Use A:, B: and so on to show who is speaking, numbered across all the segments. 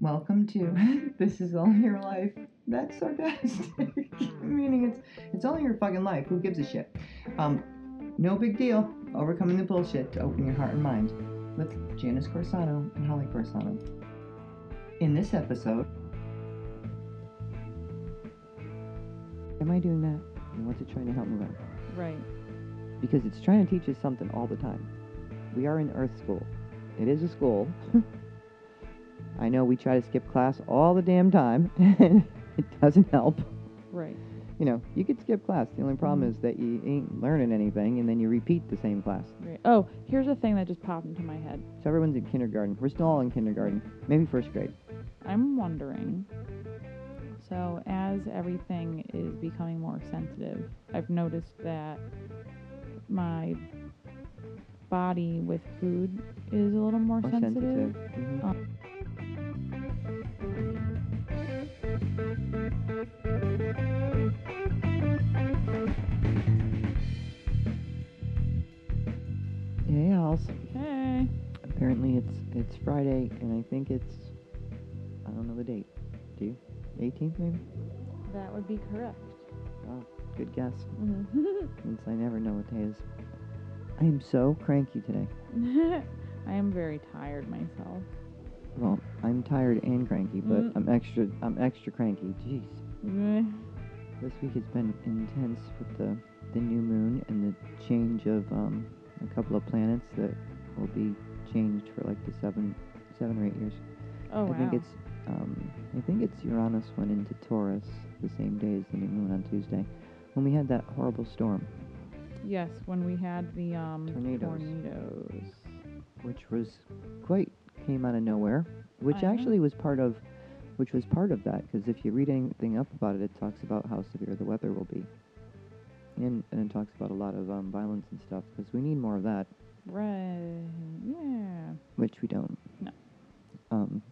A: Welcome
B: Mm-hmm.
A: to This Is All Your Life. That's sarcastic.
B: Mm.
A: Meaning it's it's all your fucking life. Who gives a shit? Um, no big deal. Overcoming the bullshit to open your heart and mind with Janice Corsano and Holly Corsano. In this episode,
B: Am I doing that? And what's it trying to help me with?
C: Right.
B: Because it's trying to teach us something all the time. We are in Earth School. It is a school. I know we try to skip class all the damn time, and it doesn't help.
C: Right.
B: You know, you could skip class. The only problem is that you ain't learning anything, and then you repeat the same class.
C: Right. Oh, here's a thing that just popped into my head.
B: So everyone's in kindergarten. We're still all in kindergarten, maybe first grade.
C: I'm wondering. So, as everything is becoming more sensitive, I've noticed that my body with food is a little more
B: More
C: sensitive.
B: sensitive. Mhm. Hey, Al's.
C: Hey.
B: Apparently it's it's Friday, and I think it's I don't know the date. Do you? 18th maybe?
C: That would be correct.
B: Good guess. Since I never know what day it is. I am so cranky today.
C: I am very tired myself.
B: Well, I'm tired and cranky, but
C: Mm.
B: I'm extra I'm extra cranky. Jeez.
C: Mm.
B: This week has been intense with the the new moon and the change of um, a couple of planets that will be changed for like the seven seven or eight years.
C: Oh,
B: I
C: wow.
B: think it's um, I think it's Uranus went into Taurus the same day as the new moon on Tuesday, when we had that horrible storm,
C: yes, when we had the um,
B: Tornadoes.
C: tornadoes.
B: which was quite came out of nowhere, which
C: I know.
B: actually was part of, which was part of that because if you read anything up about it, it talks about how severe the weather will be, and and it talks about a lot of um, violence and stuff because we need more of that,
C: Right. Yeah.
B: which we don't.
C: No.
B: Um.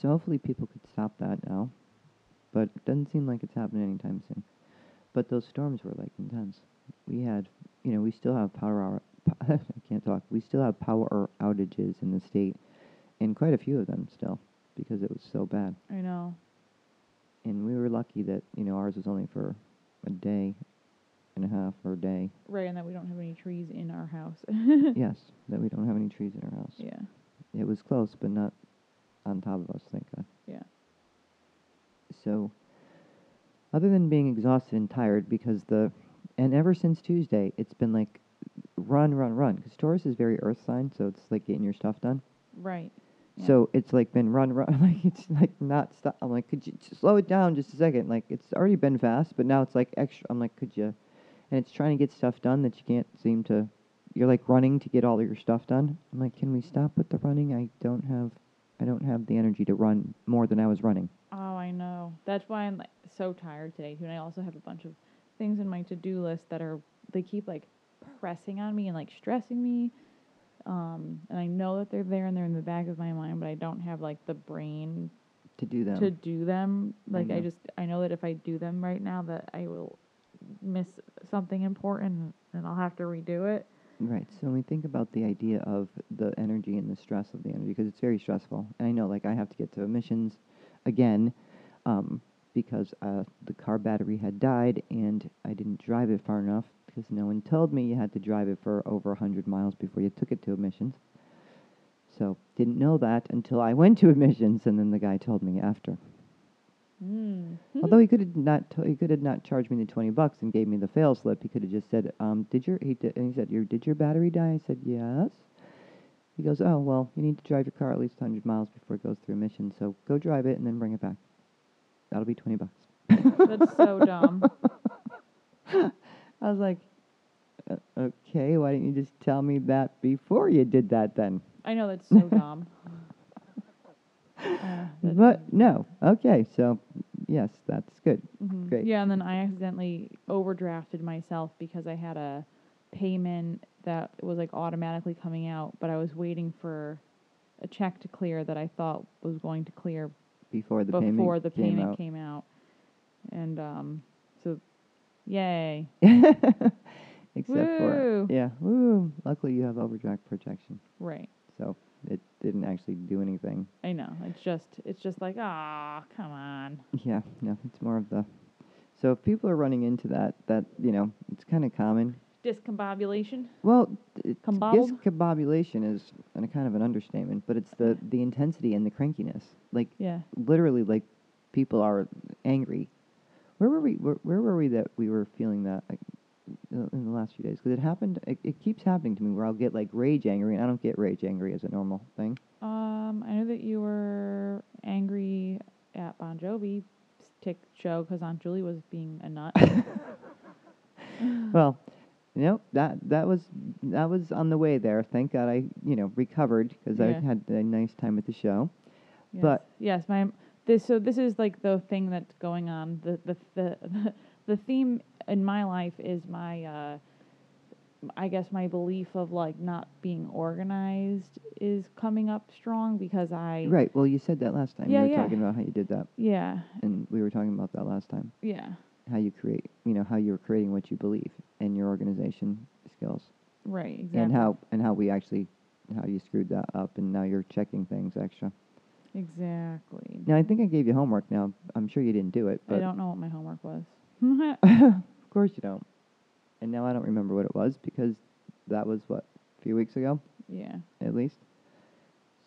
B: So hopefully people could stop that now, but it doesn't seem like it's happening anytime soon. But those storms were like intense. We had, you know, we still have power. hour- I can't talk. We still have power outages in the state, and quite a few of them still because it was so bad.
C: I know.
B: And we were lucky that you know ours was only for a day and a half or a day.
C: Right, and that we don't have any trees in our house.
B: yes, that we don't have any trees in our house.
C: yeah.
B: It was close, but not on top of us, thank God.
C: Yeah.
B: So, other than being exhausted and tired, because the, and ever since Tuesday, it's been like run, run, run, because Taurus is very earth sign, so it's like getting your stuff done.
C: Right. Yeah.
B: So it's like been run, run, like it's like not stop. I'm like, could you just slow it down just a second? Like it's already been fast, but now it's like extra. I'm like, could you? And it's trying to get stuff done that you can't seem to. You're like running to get all your stuff done. I'm like, can we stop with the running? I don't have, I don't have the energy to run more than I was running.
C: Oh, I know. That's why I'm like so tired today too. And I also have a bunch of things in my to-do list that are they keep like pressing on me and like stressing me. Um, and I know that they're there and they're in the back of my mind, but I don't have like the brain
B: to do them.
C: to do them. Like
B: know.
C: I just I know that if I do them right now, that I will miss something important and I'll have to redo it.
B: Right. So when we think about the idea of the energy and the stress of the energy, because it's very stressful, and I know like I have to get to emissions again um, because uh, the car battery had died and I didn't drive it far enough because no one told me you had to drive it for over 100 miles before you took it to emissions. So didn't know that until I went to emissions, and then the guy told me after. Hmm.
C: Mm.
B: Although he could have not, t- he could have not charged me the twenty bucks and gave me the fail slip. He could have just said, um, "Did your?" He did, and he said, "Your did your battery die?" I said, "Yes." He goes, "Oh well, you need to drive your car at least hundred miles before it goes through emissions. So go drive it and then bring it back. That'll be twenty bucks."
C: That's so dumb.
B: I was like, "Uh, "Okay, why didn't you just tell me that before you did that then?"
C: I know that's so dumb. Uh, that's-
B: But no, okay, so yes, that's good.
C: mhm.
B: great.
C: Yeah, and then I accidentally overdrafted myself because I had a payment that was like automatically coming out, but I was waiting for a check to clear that I thought was going to clear
B: Before the payment
C: before the
B: came
C: payment
B: out.
C: came out. And um so yay.
B: Except for
C: Woo.
B: yeah, woo. Luckily, you have overdraft protection,
C: Right.
B: so It didn't actually do anything.
C: I know. It's just it's just like, ah, come on.
B: Yeah, no, it's more of the. So if people are running into that, that you know, it's kind of common.
C: Discombobulation.
B: Well, it-
C: Combobbled?
B: discombobulation is an, a kind of an understatement, but it's the the intensity and the crankiness. Like
C: Yeah.
B: literally, like people are angry. Where were we? Where, where were we that we were feeling that like, uh, in the last few days? Because it happened. It, it keeps happening to me where I'll get like rage angry, and I don't get rage angry as a normal thing.
C: Um, I know that you were angry at Bon Jovi tick show because Aunt Julie was being a nut.
B: Well, you know that that was that was on the way there. Thank God I you know recovered because
C: Yeah.
B: I had a nice time at the show.
C: Yes.
B: But-
C: yes, my this so this is like the thing that's going on. The the the the theme in my life is my uh I guess my belief of like not being organized is coming up strong because I
B: Right. Well, you said that last time.
C: Yeah,
B: you were
C: yeah.
B: talking about how you did that,
C: yeah
B: and we were talking about that last time.
C: yeah
B: How you create, you know, how you're creating what you believe and your organization skills,
C: right exactly
B: and how and how we actually how you screwed that up, and now you're checking things extra.
C: exactly
B: Now I think I gave you homework. Now I'm sure you didn't do it, but
C: I don't know what my homework was
B: of course you don't. And now I don't remember what it was because that was what a few weeks ago.
C: yeah
B: at least.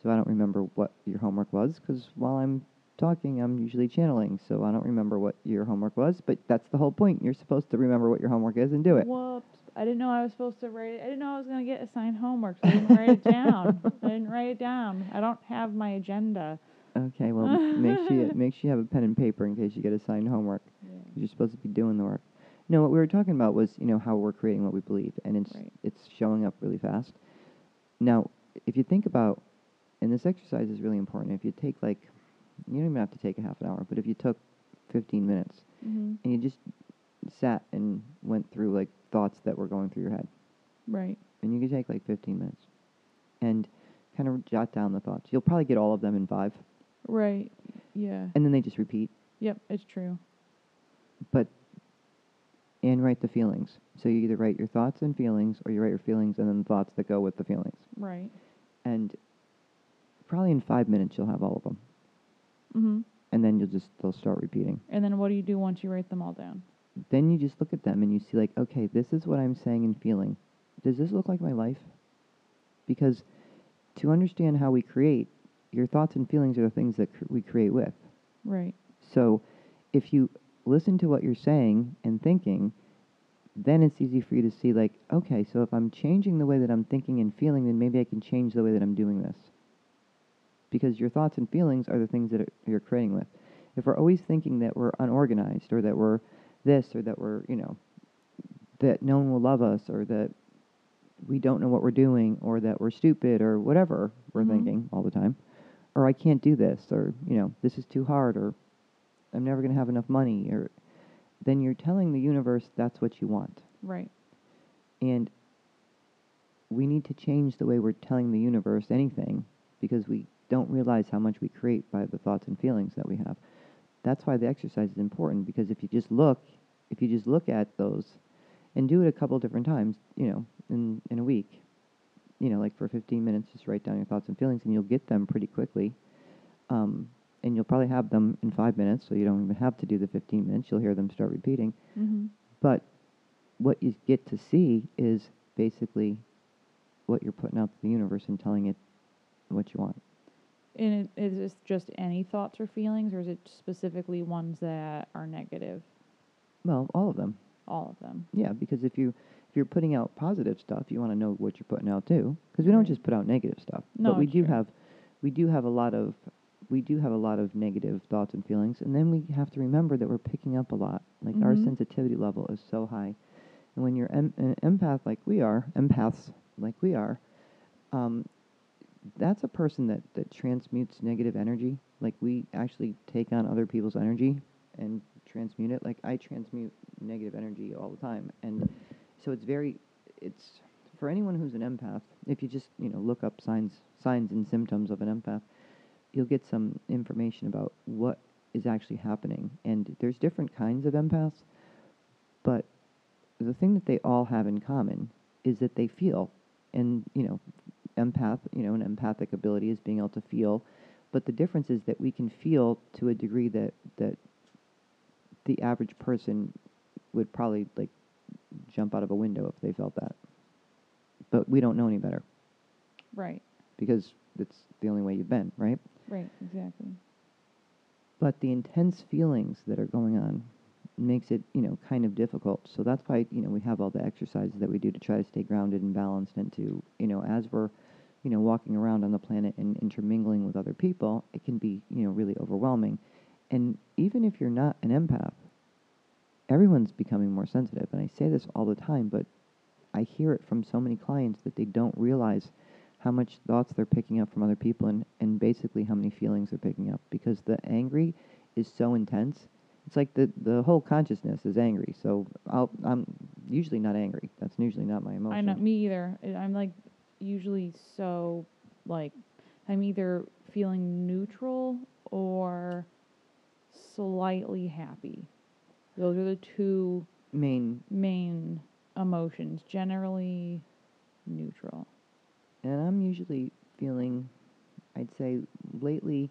B: So I don't remember what your homework was because while I'm talking, I'm usually channeling. So I don't remember what your homework was, but that's the whole point. You're supposed to remember what your homework is and do it.
C: Whoops. I didn't know I was supposed to write it. I didn't know I was going to get assigned homework, so I didn't write it down. I didn't write it down. I don't have my agenda.
B: Okay, well, make sure you, make sure you have a pen and paper in case you get assigned homework. You're supposed to be doing the work. No, what we were talking about was you know how we're creating what we believe, and it's
C: Right.
B: it's showing up really fast. Now, if you think about, and this exercise is really important. If you take like, you don't even have to take a half an hour, but if you took 15 minutes
C: Mm-hmm.
B: and you just sat and went through like thoughts that were going through your head
C: Right.
B: and you could take like 15 minutes and kind of jot down the thoughts you'll probably get all of them in five
C: Right. Yeah.
B: and then they just repeat
C: Yep, it's true.
B: but and write the feelings so you either write your thoughts and feelings or you write your feelings and then the thoughts that go with the feelings
C: Right.
B: and probably in five minutes you'll have all of them
C: Mm-hmm.
B: and then you'll just they'll start repeating
C: And then what do you do once you write them all down?
B: then you just look at them and you see like okay this is what i'm saying and feeling does this look like my life because to understand how we create your thoughts and feelings are the things that cr- we create with
C: Right.
B: so if you listen to what you're saying and thinking then it's easy for you to see like okay so if i'm changing the way that i'm thinking and feeling then maybe i can change the way that i'm doing this because your thoughts and feelings are the things that are, you're creating with if we're always thinking that we're unorganized or that we're this or that we're you know that no one will love us or that we don't know what we're doing or that we're stupid or whatever we're
C: Mhm.
B: thinking all the time or i can't do this or you know this is too hard or i'm never going to have enough money or then you're telling the universe that's what you want
C: Right.
B: and we need to change the way we're telling the universe anything because we don't realize how much we create by the thoughts and feelings that we have. That's why the exercise is important because if you just look, if you just look at those and do it a couple different times, you know, in, in a week, you know, like for 15 minutes, just write down your thoughts and feelings and you'll get them pretty quickly. Um, and you'll probably have them in five minutes, so you don't even have to do the 15 minutes. You'll hear them start repeating.
C: Mm-hmm.
B: But what you get to see is basically what you're putting out to the universe and telling it what you want.
C: And it, is this just any thoughts or feelings, or is it specifically ones that are negative?
B: Well, all of them.
C: All of them.
B: Yeah, because if you if you're putting out positive stuff, you want to know what you're putting out too, because we don't
C: Right.
B: just put out negative stuff.
C: No,
B: but we
C: it's
B: do
C: true.
B: have we do have a lot of we do have a lot of negative thoughts and feelings, and then we have to remember that we're picking up a lot. Like our
C: Mhm.
B: sensitivity level is so high, and when you're em- an empath like we are, empaths like we are, um, that's a person that that transmutes negative energy. Like we actually take on other people's energy and transmute it. Like I transmute negative energy all the time, and so it's very, it's for anyone who's an empath. If you just you know look up signs signs and symptoms of an empath, you'll get some information about what is actually happening. And there's different kinds of empaths, but the thing that they all have in common is that they feel, and you know, empath, you know, an empathic ability is being able to feel. But the difference is that we can feel to a degree that that the average person would probably like jump out of a window if they felt that. But we don't know any better
C: Right.
B: because it's the only way you've been, right?
C: Right. Exactly.
B: but the intense feelings that are going on makes it you know kind of difficult so that's why you know we have all the exercises that we do to try to stay grounded and balanced and to you know as we're you know walking around on the planet and intermingling with other people it can be you know really overwhelming and even if you're not an empath everyone's becoming more sensitive and i say this all the time but i hear it from so many clients that they don't realize how much thoughts they're picking up from other people and, and basically how many feelings they're picking up because the angry is so intense. It's like the, the whole consciousness is angry. So I'll, I'm usually not angry. That's usually not my emotion.
C: I know. Me either. I- I'm like usually so like I'm either feeling neutral or slightly happy. Those are the two
B: Main,
C: main emotions. Generally neutral.
B: and I'm usually feeling, I'd say lately,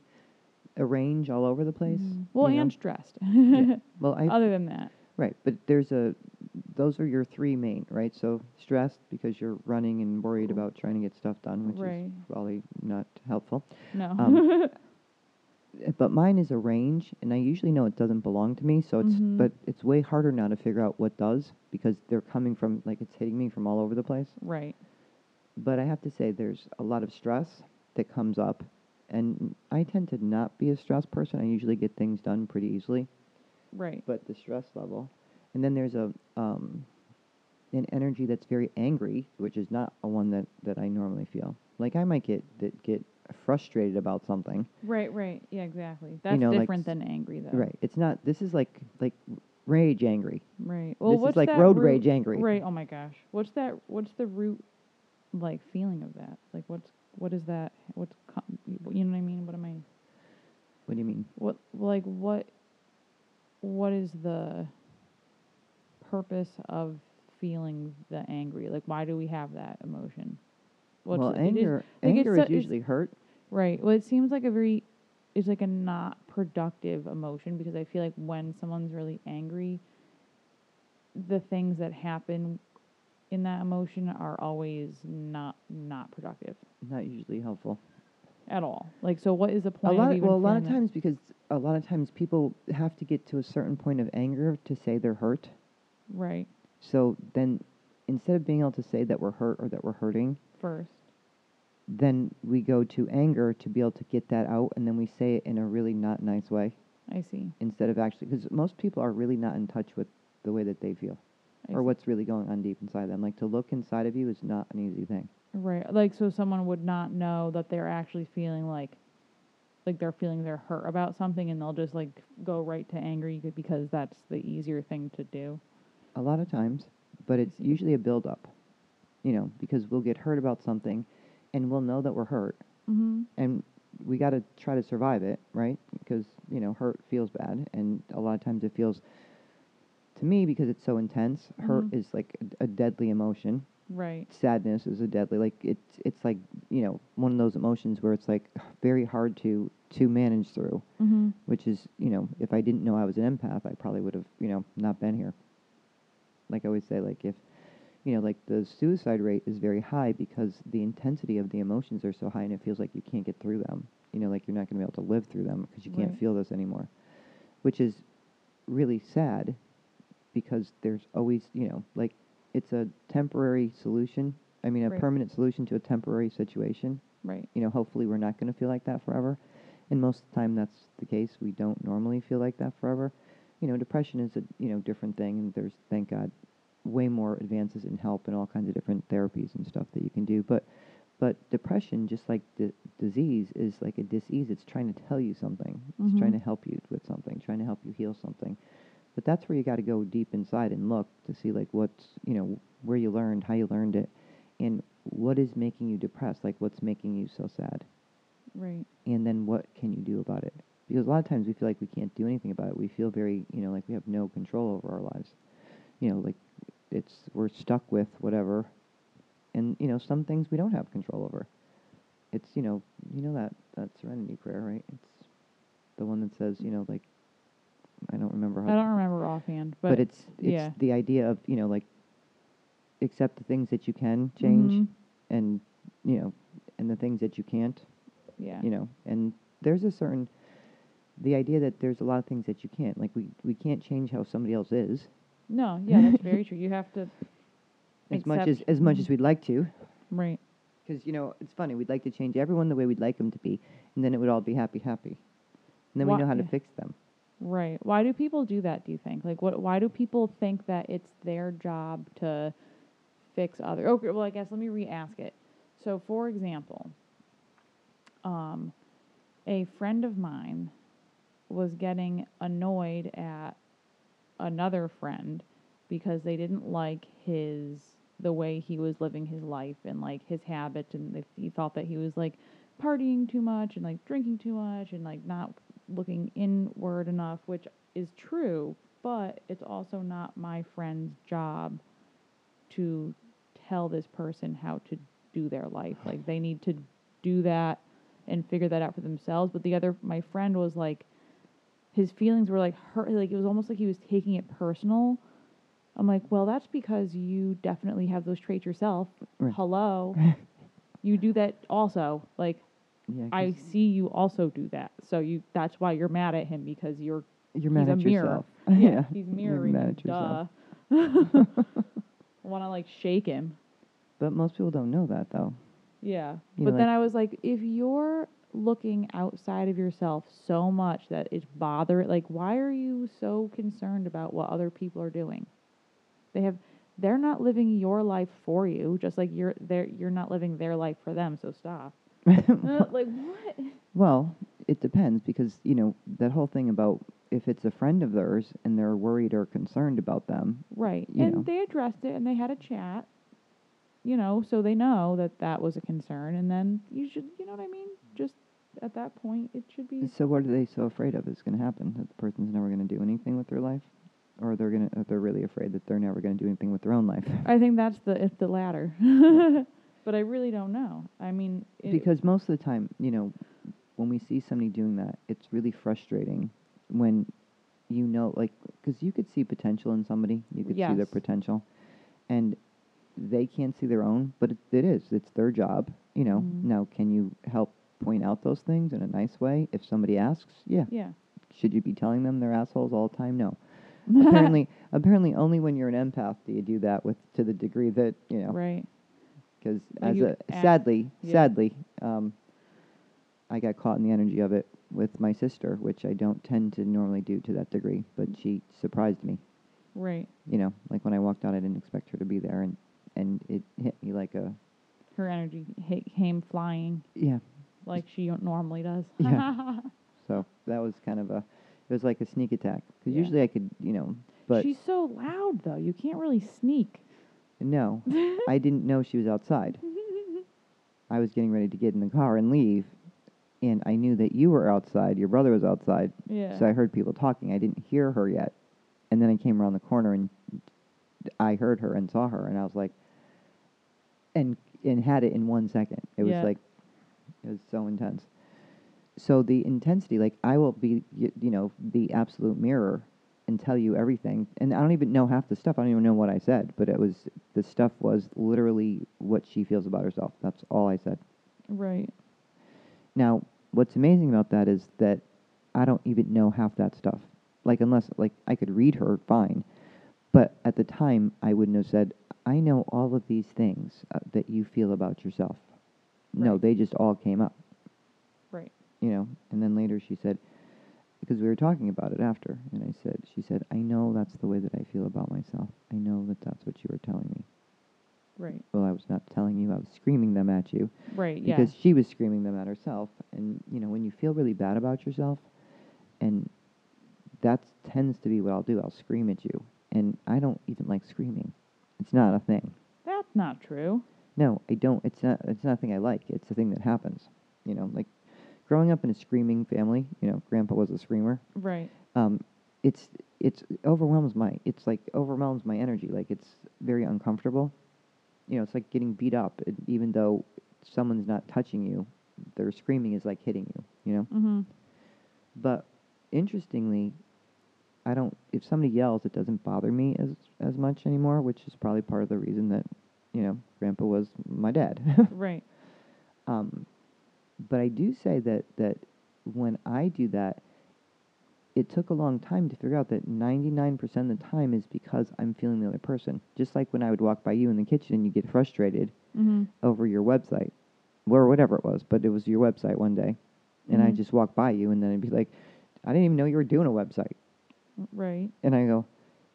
B: a range all over the place.
C: Mm. Well,
B: you know?
C: and stressed.
B: well, I
C: Other than that,
B: Right, but there's a those are your three main, right? So stressed because you're running and worried about trying to get stuff done, which is
C: Right.
B: probably not helpful.
C: no.
B: Um, Uh, But mine is a range, and I usually know it doesn't belong to me. So it's
C: Mhm.
B: but it's way harder now to figure out what does because they're coming from like it's hitting me from all over the place.
C: right.
B: But I have to say there's a lot of stress that comes up, and I tend to not be a stress person. I usually get things done pretty easily
C: Right.
B: but the stress level. And then there's a um, an energy that's very angry, which is not a one that, that I normally feel. Like I might get that get frustrated about something.
C: Right. Right. Yeah. Exactly. That's
B: know, like
C: different
B: s-
C: than angry, though.
B: Right. It's not. This is like like rage angry.
C: Right. Well,
B: this is
C: what's
B: like
C: that
B: road
C: root-
B: rage angry.
C: Right. Oh my gosh. What's that? What's the root, like feeling of that? Like what's what is that? What's com- you know what I mean? What am I?
B: What do you mean?
C: What like what? What is the purpose of feeling the angry? Like why do we have that emotion? What's
B: well,
C: it- it is-
B: anger
C: like, it's
B: anger
C: so-
B: is
C: it's-
B: usually hurt.
C: Right. Well, it seems like a very, it's like a not productive emotion because I feel like when someone's really angry, the things that happen in that emotion are always not not productive
B: Not usually helpful.
C: at all. Like, so what is the
B: A
C: point?
B: lot.
C: of
B: Of,
C: even
B: well, a lot of
C: feeling that?
B: times because a lot of times people have to get to a certain point of anger to say they're hurt.
C: Right.
B: So then, instead of being able to say that we're hurt or that we're hurting,
C: First.
B: then we go to anger to be able to get that out and then we say it in a really not nice way
C: I see.
B: instead of actually because most people are really not in touch with the way that they feel
C: I
B: or
C: see.
B: what's really going on deep inside them like to look inside of you is not an easy thing
C: Right. Like, so someone would not know that they're actually feeling like. Like they're feeling they're hurt about something, and they'll just like go right to angry because that's the easier thing to do.
B: a lot of times but it's
C: see.
B: usually a build up you know because we'll get hurt about something and we'll know that we're hurt
C: Mm-hmm.
B: and we got to try to survive it, right? Because you know, hurt feels bad, and a lot of times it feels to me because it's so intense. Hurt
C: Mhm.
B: is like a, a deadly emotion.
C: Right.
B: Sadness is a deadly, like it's it's like you know one of those emotions where it's like very hard to to manage through.
C: Mm-hmm.
B: Which is you know, if I didn't know I was an empath, I probably would have you know not been here. Like I always say, like if you know, like the suicide rate is very high because the intensity of the emotions are so high and it feels like you can't get through them. You know, like you're not going to be able to live through them because you can't
C: Right.
B: feel those anymore, which is really sad because there's always, you know, like it's a temporary solution. I mean, a
C: Right.
B: permanent solution to a temporary situation.
C: Right.
B: You know, hopefully we're not going to feel like that forever. And most of the time that's the case. We don't normally feel like that forever. You know, depression is a, you know, different thing and there's thank God way more advances in help and all kinds of different therapies and stuff that you can do, but but depression just like the disease is like a disease. It's trying to tell you something. It's trying to
C: Mhm.
B: help you with something, trying to help you heal something. But that's where you got to go deep inside and look to see like what's, you know, where you learned, how you learned it, and what is making you depressed? Like, what's making you so sad?
C: Right.
B: And then what can you do about it? Because a lot of times we feel like we can't do anything about it. We feel very, you know, like we have no control over our lives. You know, like it's we're stuck with whatever And you know, some things we don't have control over. It's you know, you know that that serenity prayer, right? It's the one that says, you know, like I don't remember how
C: I don't remember offhand, but,
B: but, it's it's
C: yeah.
B: the idea of you know like accept the things that you can change
C: Mhm.
B: and you know and the things that you can't
C: Mm-hmm. yeah,
B: you know and there's a certain the idea that there's a lot of things that you can't like we we can't change how somebody else is
C: no, yeah, that's very true. You have to
B: as much as
C: Accept.
B: as much
C: Mhm.
B: as we'd like to
C: right,
B: because you know it's funny we'd like to change everyone the way we'd like them to be and then it would all be happy happy and then
C: Why-
B: we know how to
C: yeah.
B: fix them
C: right. Why do people do that? Do you think? Like, what? Why do people think that it's their job to fix other? Okay, well, I guess let me re-ask it. So, for example, um, a friend of mine was getting annoyed at another friend because they didn't like his the way he was living his life and like his habits and they, he thought that he was like partying too much and like drinking too much and like not looking inward enough which is true but it's also not my friend's job to tell this person how to do their life like they need to do that and figure that out for themselves but the other my friend was like his feelings were like hurt like it was almost like he was taking it personal i'm like well that's because you definitely have those traits yourself
B: Right.
C: hello you do that also like
B: yeah 'cause
C: i see you also do that so you that's why you're mad at him because you're
B: you're mad
C: he's a
B: at
C: mirror.
B: yourself
C: yeah, he's
B: you're
C: mirroring
B: mad
C: you,
B: at yourself.
C: duh want to like shake him
B: but most people don't know that though
C: Yeah.
B: You
C: but
B: know,
C: then I was like, if you're looking outside of yourself so much that it's bothering, like, why are you so concerned about what other people are doing? They have, they're not living your life for you, just like you're, they're, you're not living their life for them. So stop. Uh, like what?
B: Well, it depends because, you know, that whole thing about if it's a friend of theirs and they're worried or concerned about them,
C: Right.
B: You
C: and
B: know.
C: they addressed it and they had a chat, you know, so they know that that was a concern. And then you should, you know what I mean? Just at that point, it should be.
B: so what are they so afraid of is going to happen? That the person's never going to do anything with their life? Or they're going to, they're really afraid that they're never going to do anything with their own life?
C: I think that's the it's the latter. but I really don't know. I mean, it,
B: because most of the time, you know, when we see somebody doing that, it's really frustrating when you know, like, because you could see potential in somebody, you could see their
C: Yes.
B: potential, and they can't see their own, but it, it is, it's their job, you know.
C: Mhm.
B: Now, can you help point out those things in a nice way if somebody asks? Yeah.
C: yeah,
B: Should you be telling them they're assholes all the time? No. apparently, apparently, only when you're an empath do you do that with to the degree that you know
C: right.
B: because
C: Like
B: as
C: you
B: a
C: act-
B: sadly,
C: yeah.
B: sadly, um, I got caught in the energy of it with my sister, which I don't tend to normally do to that degree. But she surprised me.
C: Right.
B: You know, like when I walked out, I didn't expect her to be there, and and it hit me like a
C: Her energy hit, came flying
B: yeah.
C: like she normally does.
B: Yeah. So that was kind of a it was like a sneak attack because
C: Yeah.
B: usually I could you know, but
C: She's so loud though. You can't really sneak.
B: no, I didn't know she was outside. I was getting ready to get in the car and leave, and I knew that you were outside. Your brother was outside.
C: Yeah.
B: So I heard people talking. I didn't hear her yet. And then I came around the corner and I heard her and saw her and I was like and and had it in one second. It was
C: Yeah.
B: like it was so intense. So the intensity like I will be y- you know the absolute mirror and tell you everything and I don't even know half the stuff. I don't even know what I said, but it was the stuff was literally what she feels about herself. That's all I said.
C: right.
B: Now, what's amazing about that is that I don't even know half that stuff. Like, unless, like, I could read her fine. But at the time, I wouldn't have said, I know all of these things uh, that you feel about yourself. No,
C: Right.
B: they just all came up,
C: Right.
B: you know? And then later she said, because we were talking about it after, and I said, she said, I know that's the way that I feel about myself. I know that that's what you were telling me.
C: Right.
B: Well, I was not telling you, I was screaming them at you
C: Right. Yeah.
B: because she was screaming them at herself and you know when you feel really bad about yourself and that tends to be what i'll do i'll scream at you and i don't even like screaming it's not a thing
C: That's not true.
B: no i don't it's not it's not a thing i like it's a thing that happens you know like growing up in a screaming family you know grandpa was a screamer
C: Right.
B: um, it's it's overwhelms my it's like overwhelms my energy like it's very uncomfortable you know, it's like getting beat up, and even though someone's not touching you, their screaming is like hitting you, you know?
C: Mm-hmm.
B: But interestingly, I don't. If somebody yells, it doesn't bother me as as much anymore, which is probably part of the reason that you know Grandpa was my dad.
C: Right.
B: um, but I do say that that when I do that, it took a long time to figure out that ninety nine percent of the time is because I'm feeling the other person. Just like when I would walk by you in the kitchen and you get frustrated
C: Mm-hmm.
B: over your website, or whatever it was, but it was your website one day, and I
C: Mhm.
B: just walk by you and then I'd be like, I didn't even know you were doing a website
C: Right.
B: and I go,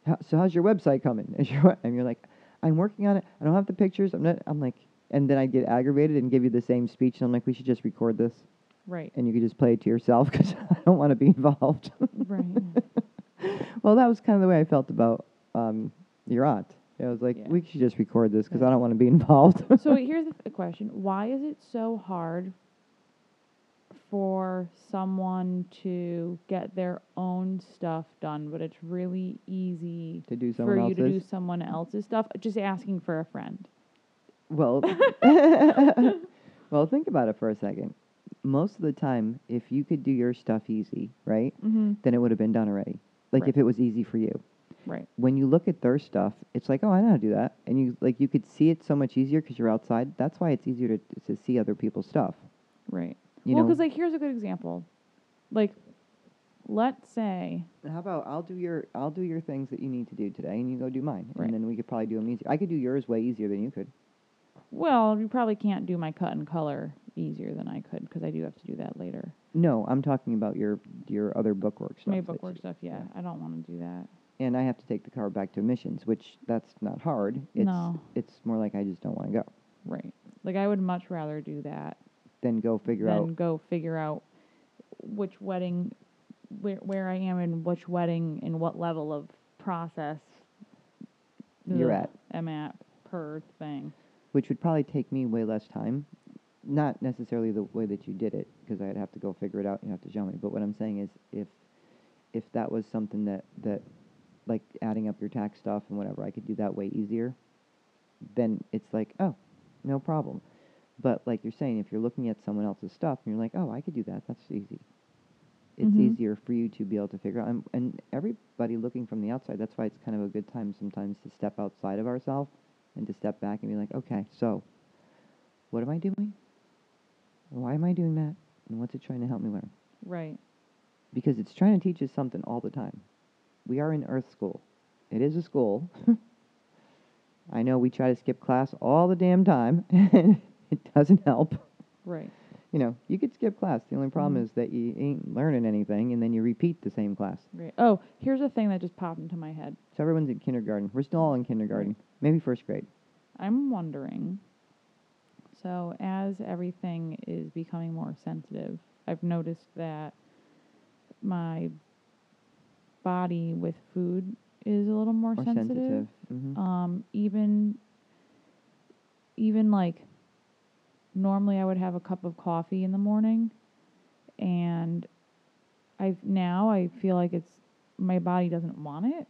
B: "How- so how's your website coming? And you're, and you're like, I'm working on it. I don't have the pictures. I'm not. I'm like, and then I get aggravated and give you the same speech. And I'm like, we should just record this,
C: Right.
B: and you could just play it to yourself because I don't want to be involved.
C: Right.
B: well, that was kind of the way I felt about um, your aunt. I was like,
C: Yeah.
B: we should just record this because
C: Yeah.
B: I don't want to be involved.
C: so wait, here's the question: Why is it so hard for someone to get their own stuff done, but it's really easy
B: to do
C: for
B: someone
C: you
B: else's.
C: to do someone else's stuff? Just asking for a friend.
B: Well, well, think about it for a second. Most of the time, if you could do your stuff easy, right,
C: Mm-hmm.
B: then it would have been done already. Like
C: Right.
B: if it was easy for you.
C: Right.
B: When you look at their stuff, it's like, oh, I know how to do that, and you like you could see it so much easier because you're outside. That's why it's easier to, to see other people's stuff.
C: Right.
B: You
C: well,
B: know.
C: because like here's a good example. Like, let's say
B: how about I'll do your I'll do your things that you need to do today, and you go do mine,
C: Right.
B: and then we could probably do them easier. I could do yours way easier than you could.
C: Well, you probably can't do my cut and color easier than I could because I do have to do that later.
B: No, I'm talking about your your other bookwork stuff.
C: My
B: that you-
C: bookwork stuff, yeah, I don't want to do that.
B: and I have to take the car back to emissions, which that's not hard. It's
C: No.
B: it's more like I just don't want to go.
C: Right. Like I would much rather do that
B: Then go figure
C: than
B: out
C: go figure out which wedding, where where I am and which wedding and what level of process
B: You're
C: ugh,
B: at.
C: I'm at per thing.
B: which would probably take me way less time. Not necessarily the way that you did it, because I'd have to go figure it out. You have to show me. But what I'm saying is, if if that was something that that like adding up your tax stuff and whatever, I could do that way easier. Then it's like, oh, no problem. But like you're saying, if you're looking at someone else's stuff and you're like, oh, I could do that. That's easy. It's
C: Mhm.
B: easier for you to be able to figure out. And, and everybody looking from the outside, that's why it's kind of a good time sometimes to step outside of ourselves and to step back and be like, okay, so what am I doing? Why am I doing that? And what's it trying to help me learn?
C: Right.
B: Because it's trying to teach us something all the time. We are in Earth school. It is a school. I know we try to skip class all the damn time. it doesn't help.
C: Right.
B: You know, you could skip class. The only problem
C: Mhm.
B: is that you ain't learning anything and then you repeat the same class.
C: Right. Oh, here's a thing that just popped into my head.
B: So everyone's in kindergarten. We're still all in kindergarten, maybe first grade.
C: I'm wondering. So, as everything is becoming more sensitive, I've noticed that my body with food is a little more
B: Or
C: sensitive.
B: sensitive. hmm
C: Um, even, even like, normally I would have a cup of coffee in the morning, and I've now I feel like it's my body doesn't want it.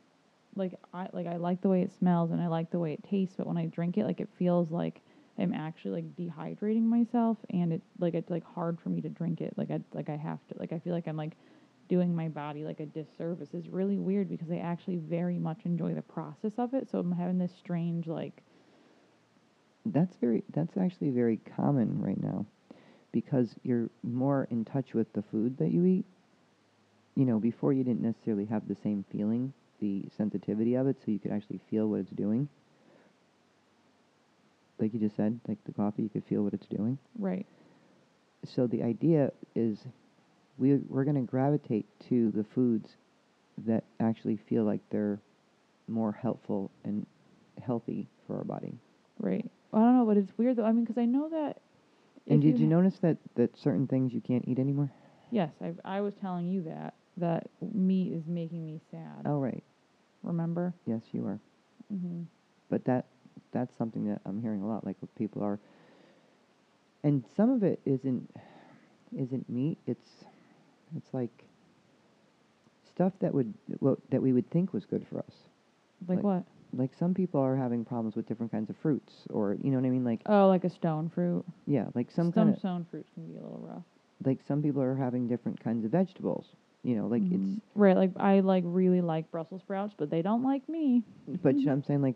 C: Like I like I like the way it smells and I like the way it tastes, but when I drink it, like it feels like I'm actually like dehydrating myself, and it like it's like hard for me to drink it. Like I like I have to like I feel like I'm like doing my body like a disservice. It's really weird because I actually very much enjoy the process of it. So I'm having this strange like
B: That's very. That's actually very common right now, because you're more in touch with the food that you eat. You know, before you didn't necessarily have the same feeling, the sensitivity of it, so you could actually feel what it's doing. Like you just said, like the coffee, you could feel what it's doing.
C: right
B: So the idea is, we we're going to gravitate to the foods that actually feel like they're more helpful and healthy for our body.
C: right. I don't know, but it's weird though. I mean, because I know that.
B: And
C: if
B: did you
C: ha-
B: notice that, that certain things you can't eat anymore?
C: Yes, I I was telling you that that meat is making me sad.
B: Oh, Mm-hmm. right.
C: Remember?
B: Yes, you are.
C: hmm
B: But that that's something that I'm hearing a lot. Like what people are, and some of it isn't isn't meat. It's it's like stuff that would what, that we would think was good for us.
C: Like,
B: Like-
C: what?
B: like some people are having problems with different kinds of fruits, or you know what I mean? Like
C: Oh, like a stone fruit.
B: yeah, like some
C: Some
B: kind of
C: stone fruits can be a little rough.
B: like some people are having different kinds of vegetables. You know, like
C: Mhm. right. Like I like really like Brussels sprouts, but they don't like me.
B: it's but you know what I'm saying like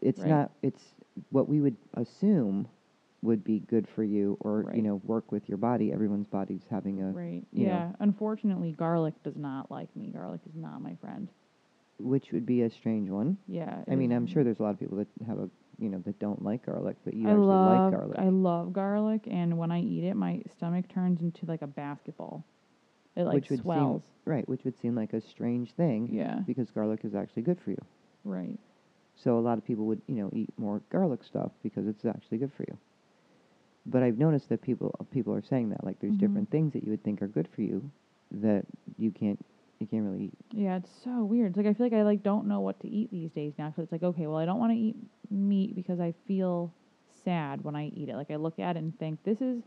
B: it's
C: Mm-hmm. Right.
B: not it's what we would assume would be good for you or you
C: Right.
B: know work with your body. Everyone's body's having a
C: Right.
B: you know.
C: Yeah. Unfortunately, garlic does not like me. Garlic is not my friend.
B: which would be a strange one.
C: Yeah. it
B: I mean,
C: is-
B: I'm sure there's a lot of people that have a you know that don't like garlic, but you
C: Mm-hmm. I
B: actually
C: love
B: like garlic.
C: I love garlic, and when I eat it, my stomach turns into like a basketball. It like
B: which would
C: swells.
B: seem right, which would seem like a strange thing.
C: Yeah.
B: Because garlic is actually good for you.
C: Right.
B: So a lot of people would, you know, eat more garlic stuff because it's actually good for you. But I've noticed that people uh, people are saying that like there's
C: Mhm.
B: different things that you would think are good for you that you can't you can't really eat.
C: Yeah, it's so weird. It's like I feel like I like don't know what to eat these days now because it's like okay, well I don't want to eat meat because I feel sad when I eat it. Like I look at it and think this is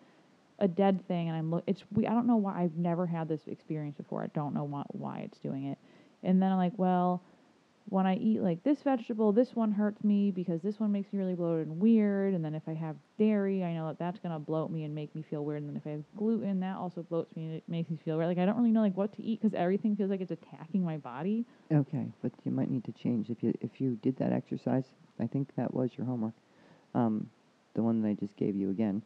C: a dead thing, and I'm look. It's we. I don't know why I've never had this experience before. I don't know why why it's doing it. And then I'm like, well, when I eat like this vegetable, this one hurts me because this one makes me really bloated and weird. And then if I have dairy, I know that that's gonna bloat me and make me feel weird. And then if I have gluten, that also bloats me and it makes me feel weird. Like I don't really know like what to eat because everything feels like it's attacking my body.
B: Okay, but you might need to change if you if you did that exercise. I think that was your homework, um, the one that I just gave you again,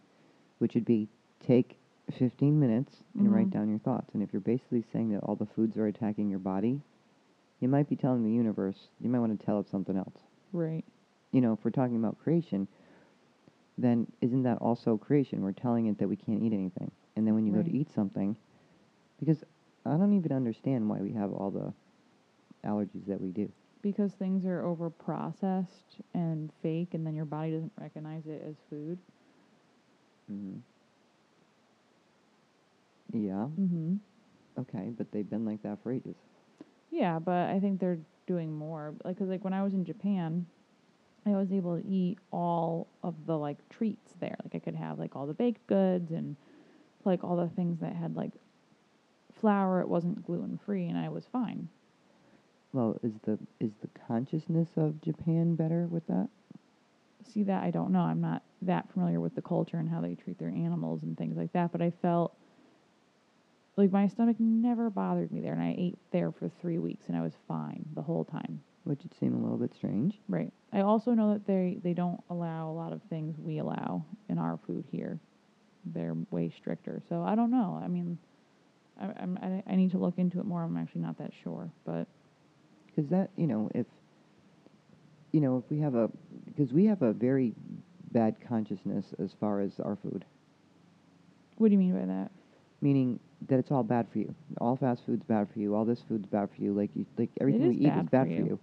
B: which would be take 15 minutes and write
C: Mhm.
B: down your thoughts. And if you're basically saying that all the foods are attacking your body, you might be telling the universe you might want to tell it something else.
C: Right.
B: You know, if we're talking about creation, then isn't that also creation? We're telling it that we can't eat anything, and then when you go
C: Right.
B: to eat something, because I don't even understand why we have all the allergies that we do.
C: Because things are over processed and fake, and then your body doesn't recognize it as food.
B: Mm-hmm. Yeah.
C: Mm-hmm.
B: Okay, but they've been like that for ages.
C: Yeah, but I think they're doing more. Like, 'cause, like when I was in Japan, I was able to eat all of the like treats there. Like I could have like all the baked goods and like all the things that had like flour. It wasn't gluten free, and I was fine.
B: Well, is the is the consciousness of Japan better with that?
C: See that I don't know. I'm not that familiar with the culture and how they treat their animals and things like that. But I felt like my stomach never bothered me there, and I ate there for three weeks, and I was fine the whole time.
B: Which would seem a little bit strange.
C: Right. I also know that they they don't allow a lot of things we allow in our food here. They're way stricter. So I don't know. I mean, I I'm, I, I need to look into it more. I'm actually not that sure, but
B: Because that you know if you know if we have a because we have a very bad consciousness as far as our food,
C: what do you mean by that?
B: meaning that it's all bad for you. All fast food's bad for you. All this food's bad for you. Like you, like everything we
C: is
B: eat
C: bad
B: is
C: for
B: bad for
C: you.
B: you.